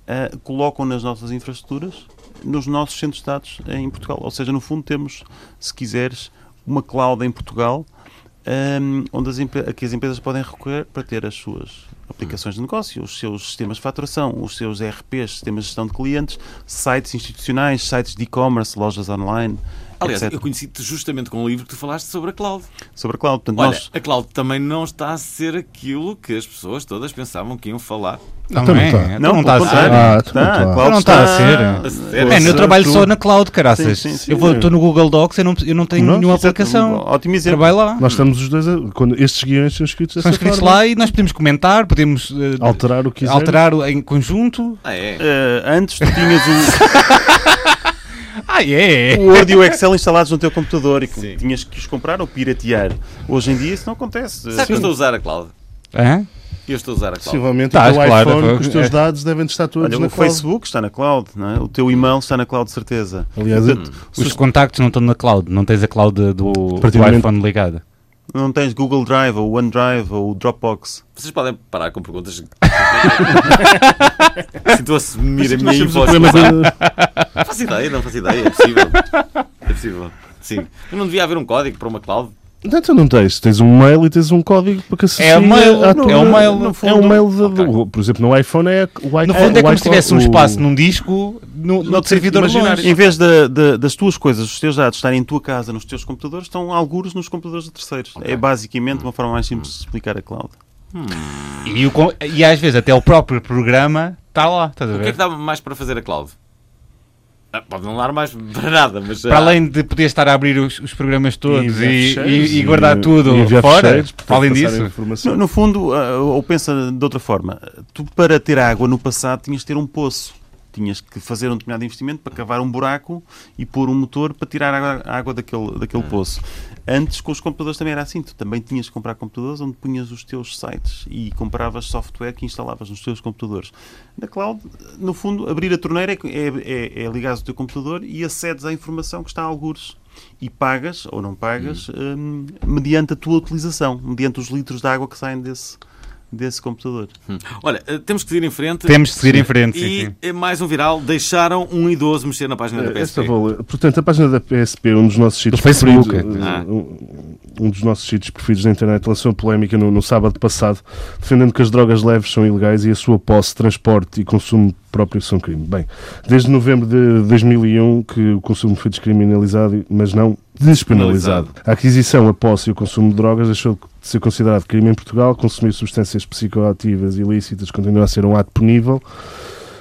D: eh, colocam nas nossas infraestruturas, nos nossos centros de dados eh, em Portugal. Ou seja, no fundo temos, se quiseres, uma cloud em Portugal ehm, onde as, empre- a que as empresas podem recorrer para ter as suas aplicações de negócio, os seus sistemas de faturação, os seus ERPs, sistemas de gestão de clientes, sites institucionais, sites de e-commerce, lojas online,
A: Aliás,
D: etc.
A: eu conheci-te justamente com um livro que tu falaste sobre a cloud.
D: Sobre a cloud. Portanto,
A: Olha,
D: nós...
A: a cloud também não está a ser aquilo que as pessoas todas pensavam que iam falar.
B: Não,
C: Então não
B: é?
C: tá.
B: Então não está a
D: pelo
B: ser.
D: contrário.
C: Ah, então não
D: Está,
C: tá.
D: a
B: Então
D: cloud
B: não está a ser.
A: É,
B: Mano, eu
A: Certo.
B: trabalho só na cloud, caraças.
D: Sim, sim, sim.
B: eu vou, estou no Google Docs, eu não, eu não tenho nenhuma aplicação.
D: Ótimo exemplo.
B: Trabalho lá.
C: Nós estamos os dois. A... Quando estes guiões são escritos dessa
B: São inscritos
C: forma.
B: lá e nós podemos comentar, podemos eh,
C: Alterar o que quisermos.
B: alterar o- em conjunto.
A: Ah, é.
D: Eh, antes tu tinhas o,
B: [LAUGHS] Ah, é!
D: o Word e o Excel instalados no teu computador e que
A: Sim.
D: tinhas que os comprar ou piratear. Hoje em dia isso não acontece.
A: Será que eu estou a usar a cloud?
B: Hã?
A: Eu estou a usar a cloud.
C: Possivelmente
B: Tá,
C: o teu
B: claro,
C: iPhone,
B: foi-
C: que os teus
B: é.
C: dados devem estar todos
D: Olha,
C: na
D: o
C: cloud.
D: Facebook está na cloud, não é? o teu e-mail está na cloud, de certeza.
C: Aliás,
D: Portanto,
B: Os contactos não estão na cloud, não tens a cloud do, do
C: Particularmente-
B: iPhone ligada.
D: não tens Google Drive ou OneDrive ou Dropbox.
A: Vocês podem parar com perguntas. Sinto assumir a minha
C: Nós temos um
A: voz.
C: problema de-
A: Faço ideia, não faço ideia. É possível. É possível. Sim. Mas não devia haver um código para uma cloud?
C: Não, tu não tens. Tens um mail e tens um código para que associe
B: É o mail,
C: à
B: no-
C: tua-
B: é o mail, no
C: É
B: fundo.
C: o mail da- do- Por exemplo, no iPhone é o i-
B: No fundo é como
C: o
B: se tivesse um
C: iCloud,
B: espaço
C: o-
B: num disco, no, no
D: Noutro
B: servidor
D: imaginário. Em
B: longe.
D: vez da- da- das tuas coisas, os teus dados estarem em tua casa, nos teus computadores, estão algures nos computadores de terceiros. É basicamente
B: Hum.
D: uma forma mais simples de explicar a cloud.
B: E, o con- e às vezes até o próprio programa está lá, estás a
A: O que é
B: ver?
A: que dá mais para fazer a cloud? Ah, pode não dar mais para nada, mas.
B: Para
A: ah,
B: além de poder estar a abrir os, os programas todos e,
C: E
B: e- e
C: e-
B: guardar tudo
C: e ver
B: fora,
C: fecheiros, para
B: além
C: passar a
B: disso,
C: informação.
D: No, no fundo, ah, ou pensa de outra forma, tu para ter água no passado tinhas de ter um poço. Tinhas que fazer um determinado investimento para cavar um buraco e pôr um motor para tirar a água, a água daquele, daquele poço. Antes, com os computadores também era assim. Tu também tinhas que comprar computadores onde punhas os teus sites e compravas software que instalavas nos teus computadores. Na cloud, no fundo, abrir a torneira é, é, é, é ligares o teu computador e acedes à informação que está a algures e pagas ou não pagas hum, mediante a tua utilização, mediante os litros de água que saem desse, desse computador.
A: Olha, ah, temos que seguir em frente.
B: temos de seguir em frente. sim,
A: E
B: sim.
A: eh, mais um viral: deixaram um idoso mexer na página da
C: Eh, Esta
A: PSP.
C: vou ler. Portanto, a página da PSP, um dos nossos sítios
B: Facebook,
C: preferidos,
A: é.
C: eh,
A: Ah.
C: um, um dos nossos sítios preferidos da internet, lançou uma polémica no, no sábado passado, defendendo que as drogas leves são ilegais e a sua posse, transporte e consumo próprio são crime. Bem, desde novembro de 2001 que o consumo foi descriminalizado, mas não despenalizado. A aquisição, a posse e o consumo de drogas deixou de ser considerado crime em Portugal. Consumir substâncias psicoativas ilícitas continua a ser um ato punível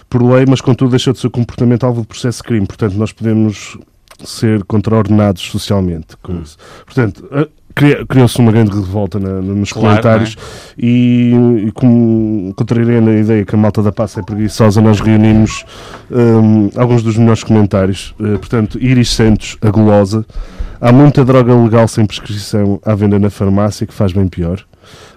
C: por lei, mas contudo deixou de ser comportamento alvo de processo de crime. Portanto, nós podemos ser contraordenados socialmente com isso. Portanto, a- cria- criou-se uma grande revolta na- na- nos
B: Claro,
C: comentários e, e como contrariei na ideia que a malta da passa é preguiçosa, nós reunimos hum, alguns dos melhores comentários. Eh, portanto, Iris Santos, a gulosa. Há muita droga legal sem prescrição à venda na farmácia que faz bem pior,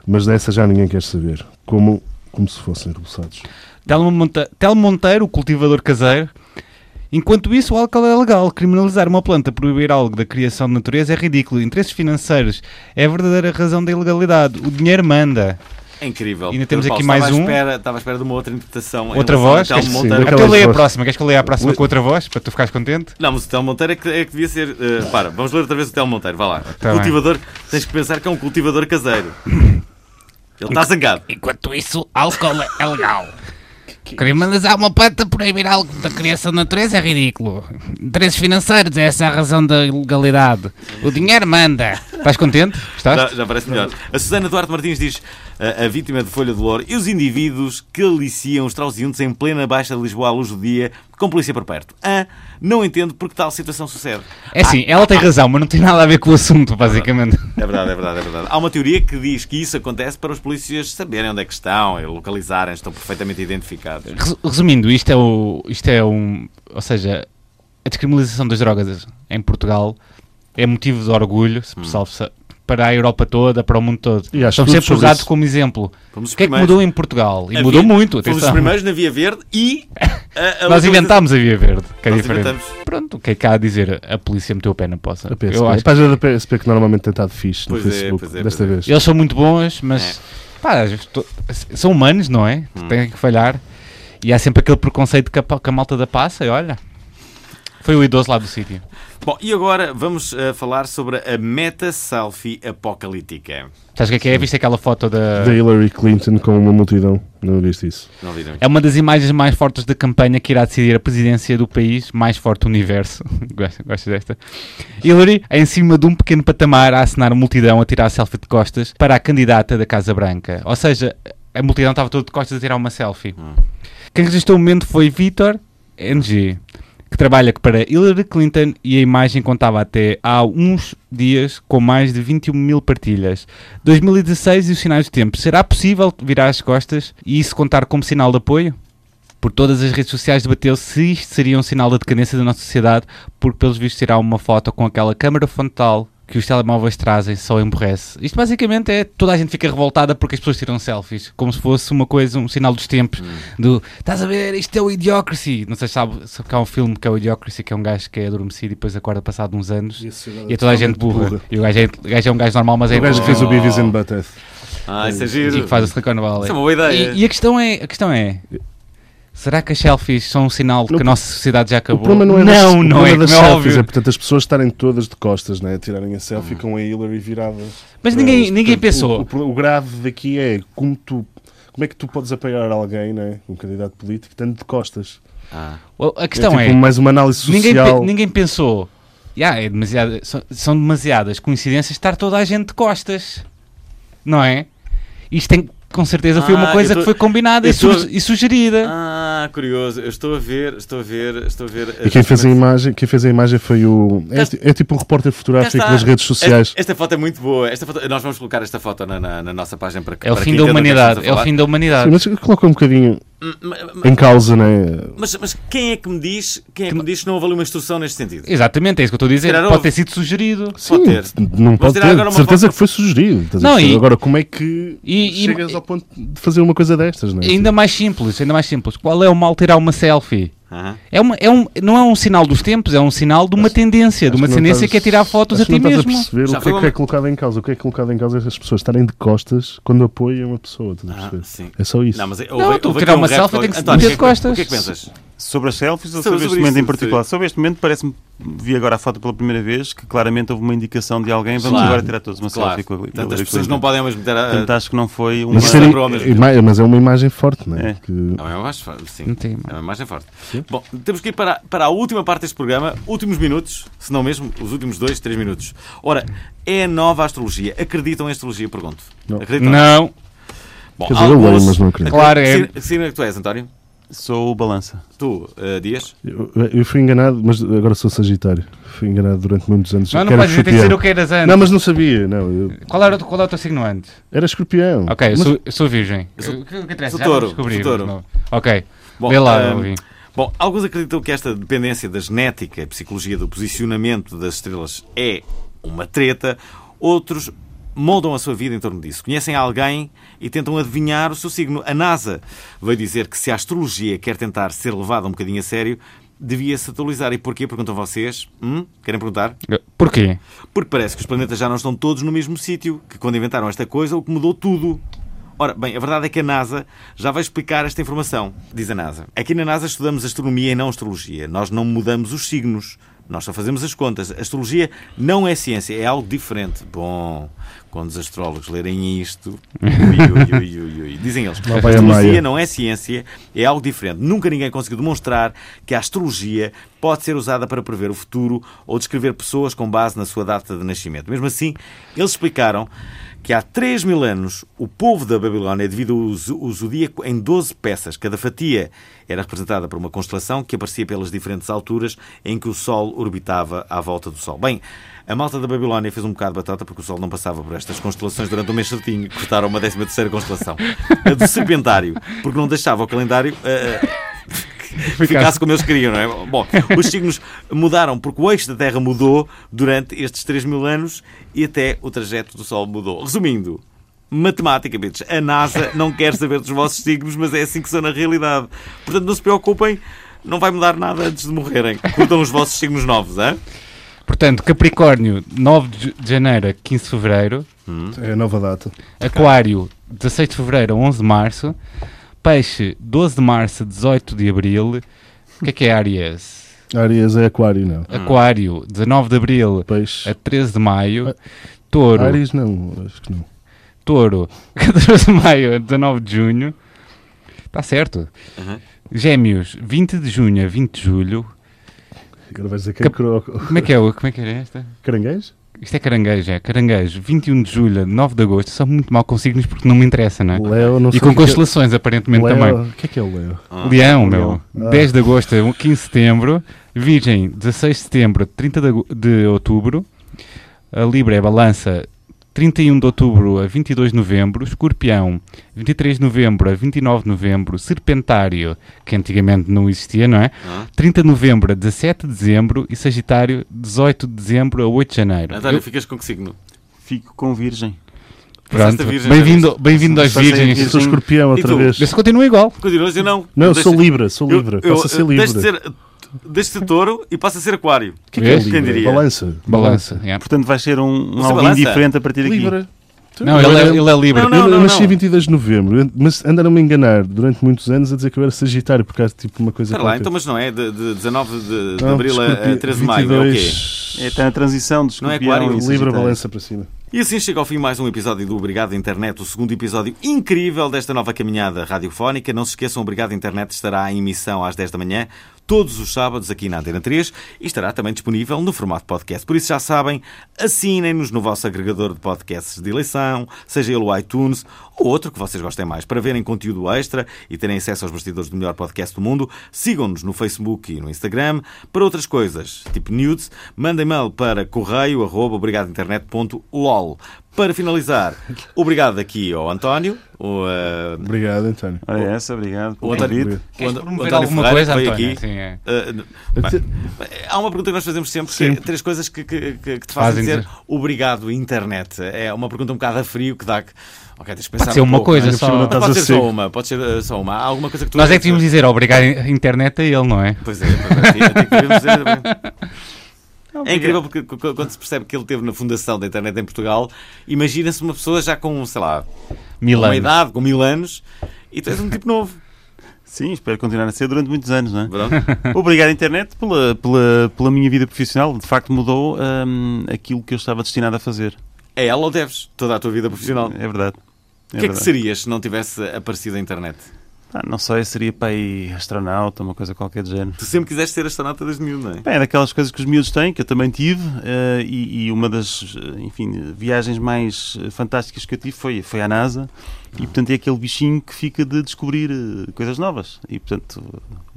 C: mas dessa já ninguém quer saber. Como, como se fossem rebuçados.
B: Telmo, Monte- Telmo Monteiro, o cultivador caseiro. Enquanto isso, o álcool é legal. Criminalizar uma planta, proibir algo da criação de natureza é ridículo. Interesses financeiros é a verdadeira razão da ilegalidade. O dinheiro manda.
A: É incrível.
B: Ainda temos
A: Pedro
B: aqui
A: Paulo,
B: mais
A: estava à
B: um.
A: espera- estava à espera de uma outra interpretação. em
B: Outra
A: relação
B: voz?
A: a Telmo
B: Queres-
C: sim,
A: Monteiro. é
C: daquela-
B: Até eu leio é a
C: voz.
B: próxima. Queres que eu leia a próxima
C: Ui.
B: com outra voz? Para tu ficares contente?
A: Não, mas o Telmo Monteiro é que, é que devia ser.
B: [LAUGHS]
A: eh, para, vamos ler outra vez o Telmo Monteiro, vá lá.
B: Tá bem.
A: cultivador, tens que pensar que é um cultivador
B: [COUGHS]
A: caseiro. Ele está zangado.
G: Enquanto isso, álcool é legal. Criminalizar uma planta, proibir algo da criação da natureza é ridículo. Interesses financeiros, essa é a razão da ilegalidade. O dinheiro manda.
B: Estás contente? Estás?
A: Já, já parece melhor. A Susana Duarte Martins diz: "A- a vítima de folha de louro e os indivíduos que aliciam os transeuntes em plena Baixa de Lisboa à luz do dia, com polícia por perto. Ah, não entendo porque tal situação sucede.
B: É assim, ela tem razão, mas não tem nada a ver com o assunto, basicamente.
A: É verdade, é verdade, é verdade. Há uma teoria que diz que isso acontece para os polícias saberem onde é que estão e localizarem, estão perfeitamente identificados.
B: Resu- Resumindo, isto é, o, isto é um. Ou seja, a descriminalização das drogas em Portugal é motivo de orgulho,
A: Hum.
B: se salvo se- para a Europa toda, para o mundo todo.
C: E há
B: Estamos
C: estudos
B: sempre
C: sobre
B: usados
C: isso.
B: como exemplo.
A: Fomos os
B: O que é que
A: primeiros.
B: mudou em Portugal? E
A: Havia-
B: mudou muito,
A: Fomos os
B: atenção.
A: primeiros na Via Verde
B: [LAUGHS]
A: e. ah, a- a
B: Nós
A: utilização-
B: inventámos a Via Verde, que é
A: Nós
B: diferente.
A: inventamos.
B: Pronto, o que é que há a dizer? A polícia meteu o pé na poça.
C: A PSP.
B: Eu
C: A
B: acho.
C: página da PSP que normalmente tem estado fixe no
A: Pois é,
C: Facebook,
A: pois é,
C: desta
A: pois é.
C: vez.
B: Eles são muito bons, mas pá, estou- são humanos, não é?
A: Hum.
B: Têm que falhar. E há sempre aquele preconceito que a, pa- que a malta da passa, e olha. Foi o idoso lá do sítio.
A: Bom, e agora vamos eh, falar sobre a meta-selfie apocalíptica.
B: Sabes o que é que é? Viste aquela foto da.
C: Da Hillary Clinton com uma multidão. Não viste isso?
A: Não viram isto?
B: É uma das imagens mais fortes da campanha que irá decidir a presidência do país mais forte do universo. [LAUGHS] Gosto- Gosto desta. Hillary, em cima de um pequeno patamar, a assinar a multidão a tirar selfie de costas para a candidata da Casa Branca. Ou seja, a multidão estava toda de costas a tirar uma selfie. Quem registrou o momento foi Vitor NG, que trabalha para Hillary Clinton e a imagem contava até há uns dias com mais de 21 mil partilhas. 2016 e os sinais do tempo. Será possível virar as costas e isso contar como sinal de apoio? Por todas as redes sociais debateu-se se isto seria um sinal da decadência da nossa sociedade, porque pelos vistos tirar uma foto com aquela câmara frontal que os telemóveis trazem só emborrece. Isto basicamente é toda a gente fica revoltada porque as pessoas tiram selfies, como se fosse uma coisa, um sinal dos
C: Hum.
B: tempos, do estás a ver, isto é o Idiocracy. Não sei se sabe, sabe que há um filme que é o Idiocracy, que é um gajo que é adormecido e depois acorda passado uns anos e é toda a gente burra. E o gajo é, o gajo é um gajo normal, mas é
C: O gajo que fez o Beavis and Butthead.
A: Ah, isso é
B: e
A: giro.
B: um que faz a Silicon Valley.
A: Isso é uma boa ideia.
B: E, e a, questão é, a questão é: será que as selfies são um sinal de que
C: Não,
B: a nossa sociedade já
C: O
B: acabou?
C: problema não é das,
B: não,
C: o
B: não
C: problema
B: é,
C: das
B: como é
C: selfies,
B: óbvio.
C: é portanto as pessoas estarem todas de costas, né? tirarem a selfie
A: Uhum.
C: com a Hillary virada.
B: Mas
C: para
B: ninguém,
C: elas.
B: ninguém
C: Portanto,
B: pensou.
C: O, o pro- o grave daqui é como tu. Como é que tu podes apoiar alguém, né? um candidato político, tanto de costas?
A: Ah.
B: a questão
C: é,
B: é:
C: tipo mais uma análise
B: ninguém, pe-
C: social.
B: ninguém pensou. "Ya, é demasiada- são, são demasiadas coincidências estar toda a gente de costas, não é? Isto tem, com certeza foi
A: Ah,
B: uma
A: eu
B: coisa
A: tô-
B: que foi combinada
A: eu
B: e,
A: tô-
B: su- e sugerida.
A: Ah, curioso. Eu estou a ver, estou a ver, estou a ver.
C: E quem fez, a imagem, quem fez a imagem foi o. É, ti- é tipo um repórter fotográfico
A: está.
C: das redes sociais.
A: Esta, esta foto é muito boa. Esta foto- nós vamos colocar esta foto na, na- na nossa página para que
B: É o
A: para
B: fim
A: que
B: da
A: entendam do que
B: humanidade. É
A: estamos
B: o
A: a Hum,
B: fim da
C: Sim,
B: humanidade.
C: mas coloca um bocadinho
A: falar. Mas-
C: em causa, né?
A: Mas, mas quem é que me diz quem é que me diz que não avaliou uma instrução neste sentido?
B: Exatamente, é isso que eu estou a dizer.
A: calhar
B: Pode
A: houve.
B: ter sido sugerido.
A: Pode ter.
C: Não pode
A: tirar
C: ter,
A: agora
C: de
A: uma
C: certeza
A: foto.
C: que foi sugerido. estás a
B: Não,
C: perceber?
B: e-
C: Agora, como é que
B: E- e-
C: chegas
B: e-
C: ao ponto de fazer uma coisa destas? Não é?
B: Ainda mais simples, ainda mais simples. Qual é o mal tirar uma selfie?
A: Aham.
B: É uma, é um, não é um sinal dos tempos, é um sinal de uma tendência, de
C: Acho
B: uma
C: não
B: tendência
C: estás-
B: que é tirar fotos
C: acho
B: a ti
C: que não estás
B: mesmo.
C: A perceber
A: Já
C: o que
A: foi
C: é que
A: uma-
C: é colocado em causa. O que é colocado em causa é as pessoas estarem de costas quando apoiam a pessoa. estás a
A: Ah,
C: perceber?
A: sim.
C: É só isso.
A: Não, mas eu, um
B: tu tirar uma selfie tem que se meter de costas.
A: O que é que pensas?
D: Sobre as selfies
A: Sobre-
D: ou sobre, este
A: sobre
D: momento
A: isso,
D: em particular? Sobre este momento, parece-me, vi agora a foto pela primeira vez, que claramente houve uma indicação de alguém, vamos
A: Claro.
D: agora tirar todos uma
A: Claro.
D: selfie com a Hillary
A: Tantas pessoas
D: Clinton.
A: não podem ao mesmo ter
D: Portanto,
A: a.
D: acho que não foi uma...
A: Mas
C: Mas isso era-
A: é ao mesmo
C: ima- mas é uma imagem forte, não é?
D: É.
C: Que-
A: Não é uma mais forte. Sim.
B: Não tem-
A: É uma imagem forte. Bom, temos que ir para, para a última parte deste programa, últimos minutos, se não mesmo, os últimos dois, três minutos. Ora, é a nova astrologia. Acreditam em astrologia? Pergunto.
C: Não.
A: Acreditam?
B: Não,
A: Bom,
C: Quer dizer, eu
A: alguns-
C: leio, mas não acredito.
B: Claro, é.
A: Que signo- Que signo é que tu és, António?
D: Sou o Balança.
A: Tu, eh, Dias?
C: Eu, eu fui enganado, mas agora sou Sagitário. Fui enganado durante muitos anos.
B: Não,
C: Eu
B: não
C: era
B: podes dizer, tem que ser o
C: escorpião.
B: que eras antes.
C: Não, mas não sabia. Não, eu-
B: qual, era, o teu- qual é o teu signo antes?
C: Era escorpião.
B: Ok, eu
C: Mas-
B: sou, eu sou virgem.
A: sou-
B: O que- o que interessa?
A: sou
B: Já
A: touro,
B: descobri,
A: sou touro.
B: não. Ok,
A: Bom,
B: vê lá,
A: ehm,
B: Alvin.
A: Bom, alguns acreditam que esta dependência da genética e psicologia do posicionamento das estrelas é uma treta, outros moldam a sua vida em torno disso. Conhecem alguém e tentam adivinhar o seu signo. A NASA veio dizer que se a astrologia quer tentar ser levada um bocadinho a sério, devia-se atualizar. E porquê? Perguntam vocês. Hum? Querem perguntar?
B: Porquê?
A: Porque parece que os planetas já não estão todos no mesmo sítio, que quando inventaram esta coisa, o que mudou tudo. Ora, bem, a verdade é que a NASA já vai explicar esta informação, diz a NASA. Aqui na NASA estudamos astronomia e não astrologia. Nós não mudamos os signos, nós só fazemos as contas. A astrologia não é ciência, é algo diferente. Bom, quando os astrólogos lerem
C: [LAUGHS]
A: isto, ui, ui, ui, ui, ui. dizem eles,
C: Lá
A: a
C: vai a
A: astrologia
C: Maia.
A: não é ciência, é algo diferente. Nunca ninguém conseguiu demonstrar que a astrologia pode ser usada para prever o futuro ou descrever pessoas com base na sua data de nascimento. Mesmo assim, eles explicaram que há 3 mil anos o povo da Babilónia dividiu o zo- o zodíaco em 12 peças. Cada fatia era representada por uma constelação que aparecia pelas diferentes alturas em que o Sol orbitava à volta do Sol. Bem, a malta da Babilónia fez um bocado de batata porque o Sol não passava por estas constelações durante um mês certinho. Cortaram uma 13 terceira constelação. A do Serpentário, porque não deixava o calendário eh, eh, [LAUGHS] ficasse como eles queriam, não é? Bom, os signos mudaram porque o eixo da Terra mudou durante estes 3 mil anos e até o trajeto do Sol mudou. Resumindo, matemática, bitch, a NASA não quer saber dos vossos signos, mas é assim que são na realidade. Portanto, não se preocupem, não vai mudar nada antes de morrerem. Curtam os vossos signos novos, hã?
B: Portanto, Capricórnio, 9 de de janeiro a 15 de fevereiro.
C: É a nova data.
B: Aquário, 16 de fevereiro a 11 de março. Peixe, 12 de março a 18 de abril. O que é que é Aries?
C: Áries é aquário, não.
B: Aquário, 19 de abril
C: Peixe.
B: a 13 de maio.
C: Ah.
B: Touro,
C: Áries não, acho que não.
B: Touro, [LAUGHS] 14 de maio a 19 de junho. Está certo. Gêmeos, 20 de junho a 20 de julho.
C: Agora vais dizer que é
B: Cap-
C: cro...
B: Como é que é, o- como é que era esta?
C: caranguejo?
B: Isto é caranguejo, é caranguejo, 21 de julho, a 9 de agosto, são muito mal com signos porque não me interessa, não é?
C: Leo, não
B: E
C: sei
B: com
C: o que é-
B: constelações, aparentemente, também.
C: Leo, o que é que é o Leo?
B: Leão,
C: Leão.
B: meu.
C: Ah.
B: 10 de agosto a 15 de setembro. Virgem, 16 de setembro, 30 de, ago- de outubro. A Libra é balança, 31 de outubro a 22 de novembro. Escorpião, 23 de novembro a 29 de novembro. Serpentário, que antigamente não existia, não é? 30 de novembro a 17 de dezembro. E Sagitário, 18 de dezembro a 8 de janeiro.
A: António,
B: Eu-
A: ficas com que signo?
D: Fico com Virgem.
A: Passaste
B: Pronto,
A: a virgem, é? já
B: bem-vindo bem aos
D: Passaste
C: Eu
D: a
B: virgens.
D: virgem.
C: sou escorpião
A: E tu?
C: outra vez.
B: Isso continua igual.
A: Continuas, eu não.
C: Não, eu
A: Deixa-
C: sou Libra, sou
A: Eu-
C: Libra.
A: eu-
C: Passa a ser
A: eu-
C: Libra.
A: Deixa de ser, deixa de ser touro e passa a ser aquário.
C: O que é que é
B: Vês?
A: Quem
C: Libra?
A: diria?
C: Balança.
B: Balança. é. yeah.
D: Portanto, vais ser um, um
A: É. Você
D: alguém
A: balança?
D: diferente a partir daqui.
C: Libra. Tu-
B: Não, ele é, ele é livre.
A: Não, não.
C: eu, eu nasci em 22 de novembro, mas andaram-me a enganar durante muitos anos a dizer que eu era Sagitário, porque há tipo uma coisa.
A: Espera lá,
C: qualquer.
A: então, mas não é? De, de 19 de, de
C: Não,
A: abril a- a
C: Escorpião,
A: 13 de maio, é o quê?
C: 22,
D: É, está na transição de
A: Não é
D: escorpião
A: aquário,
D: e
C: Libra,
D: sagitário.
C: balança para cima.
A: E assim chega ao fim mais um episódio do Obrigado Internet, o segundo episódio incrível desta nova caminhada radiofónica. Não se esqueçam, Obrigado Internet estará em emissão às 10 da manhã, todos os sábados aqui na Antena 3 e estará também disponível no formato podcast. Por isso já sabem, assinem-nos no vosso agregador de podcasts de eleição, seja ele o iTunes ou outro que vocês gostem mais. Para verem conteúdo extra e terem acesso aos bastidores do melhor podcast do mundo, sigam-nos no Facebook e no Instagram. Para outras coisas, tipo nudes, mandem mail para correio arroba obrigadointernet.lol. Para finalizar, obrigado aqui ao António, o, eh,
C: Obrigado, António.
D: Ora, é essa, obrigado.
A: o
D: pelo
A: António,
D: convite.
A: o
B: Queres
A: Ant-
B: promover
A: o António
B: alguma
A: Ferreira,
B: coisa,
A: que veio
B: António?
A: aqui.
B: Sim, é.
A: Eh, n- bem, há uma pergunta que nós fazemos sempre, que é
C: Sempre.
A: três coisas que, que- que- que te
B: Fazem
A: fazem dizer
B: dizer.
A: obrigado internet. É uma pergunta um bocado a frio que dá que... Ok, tens de pensar
B: Pode ser
A: um
B: uma
A: pouco,
B: coisa
A: não é?
B: só.
C: Não
A: Mas
C: estás
A: pode
C: a
A: ser
C: seco.
A: só uma, pode ser eh, só uma. Há alguma coisa que tu
B: Nós é que devíamos dizer obrigado à internet a ele, não é?
A: Pois é, pois é, tinha- tinha que devíamos dizer também. É incrível porque c- c- quando se percebe que ele teve na fundação da internet em Portugal, imagina-se uma pessoa já com, sei lá, com uma
B: Milano.
A: idade, com mil anos, e tu és um tipo novo.
D: Sim, espero continuar a ser durante muitos anos, não é?
A: Pronto.
D: [LAUGHS] Obrigado, internet, pela, pela, pela minha vida profissional. De facto, mudou hum, aquilo que eu estava destinado a fazer.
A: É ela ou deves toda a tua vida profissional?
D: É verdade.
A: O que é que serias se não tivesse aparecido a internet?
D: Ah, não sei, seria para aí astronauta, uma coisa qualquer de género.
A: Tu sempre quiseste ser astronauta desde miúdo, não é?
D: Bem, é daquelas coisas que os miúdos têm, que eu também tive, eh, e, e uma das eh, enfim, viagens mais eh, fantásticas que eu tive foi, foi à NASA, e portanto é aquele bichinho que fica de descobrir eh, coisas novas. E portanto,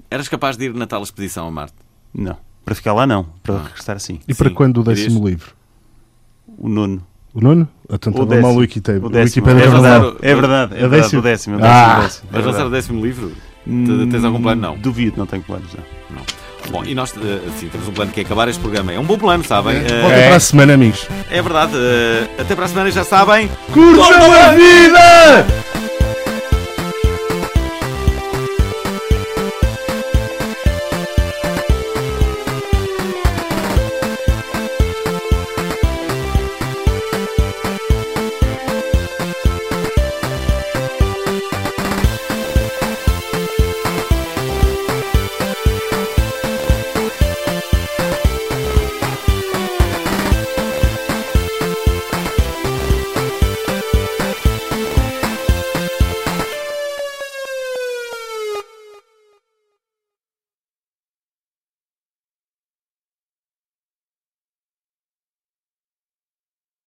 A: Eras capaz de ir na tal expedição a Marte?
D: não. Para ficar lá, não. Para
A: Ah.
D: regressar, sim.
C: E para
A: Sim,
C: quando o
A: querias-
C: décimo livro?
D: O nono.
C: O nono? Ah, Tanto é
D: O
C: mal
D: décimo.
C: o Wikitab-
D: O décimo.
C: Wikipedia.
D: É
A: Vais lançar
D: verdade,
A: o-
D: é verdade. É
C: o
D: verdade.
C: décimo?
D: O décimo. é o
C: Ah.
D: décimo, o décimo, é
A: Vais lançar o
D: verdade.
A: décimo livro?
D: Hum,
A: Tens algum plano? Não.
D: Duvido, não tenho planos, não.
A: Bom, e nós, eh, assim, temos um plano que é acabar este programa. É um bom plano, sabem? Eh,
C: Volta para a semana, amigos.
A: É verdade. eh, Até para a semana, já sabem.
C: Curtam a vida!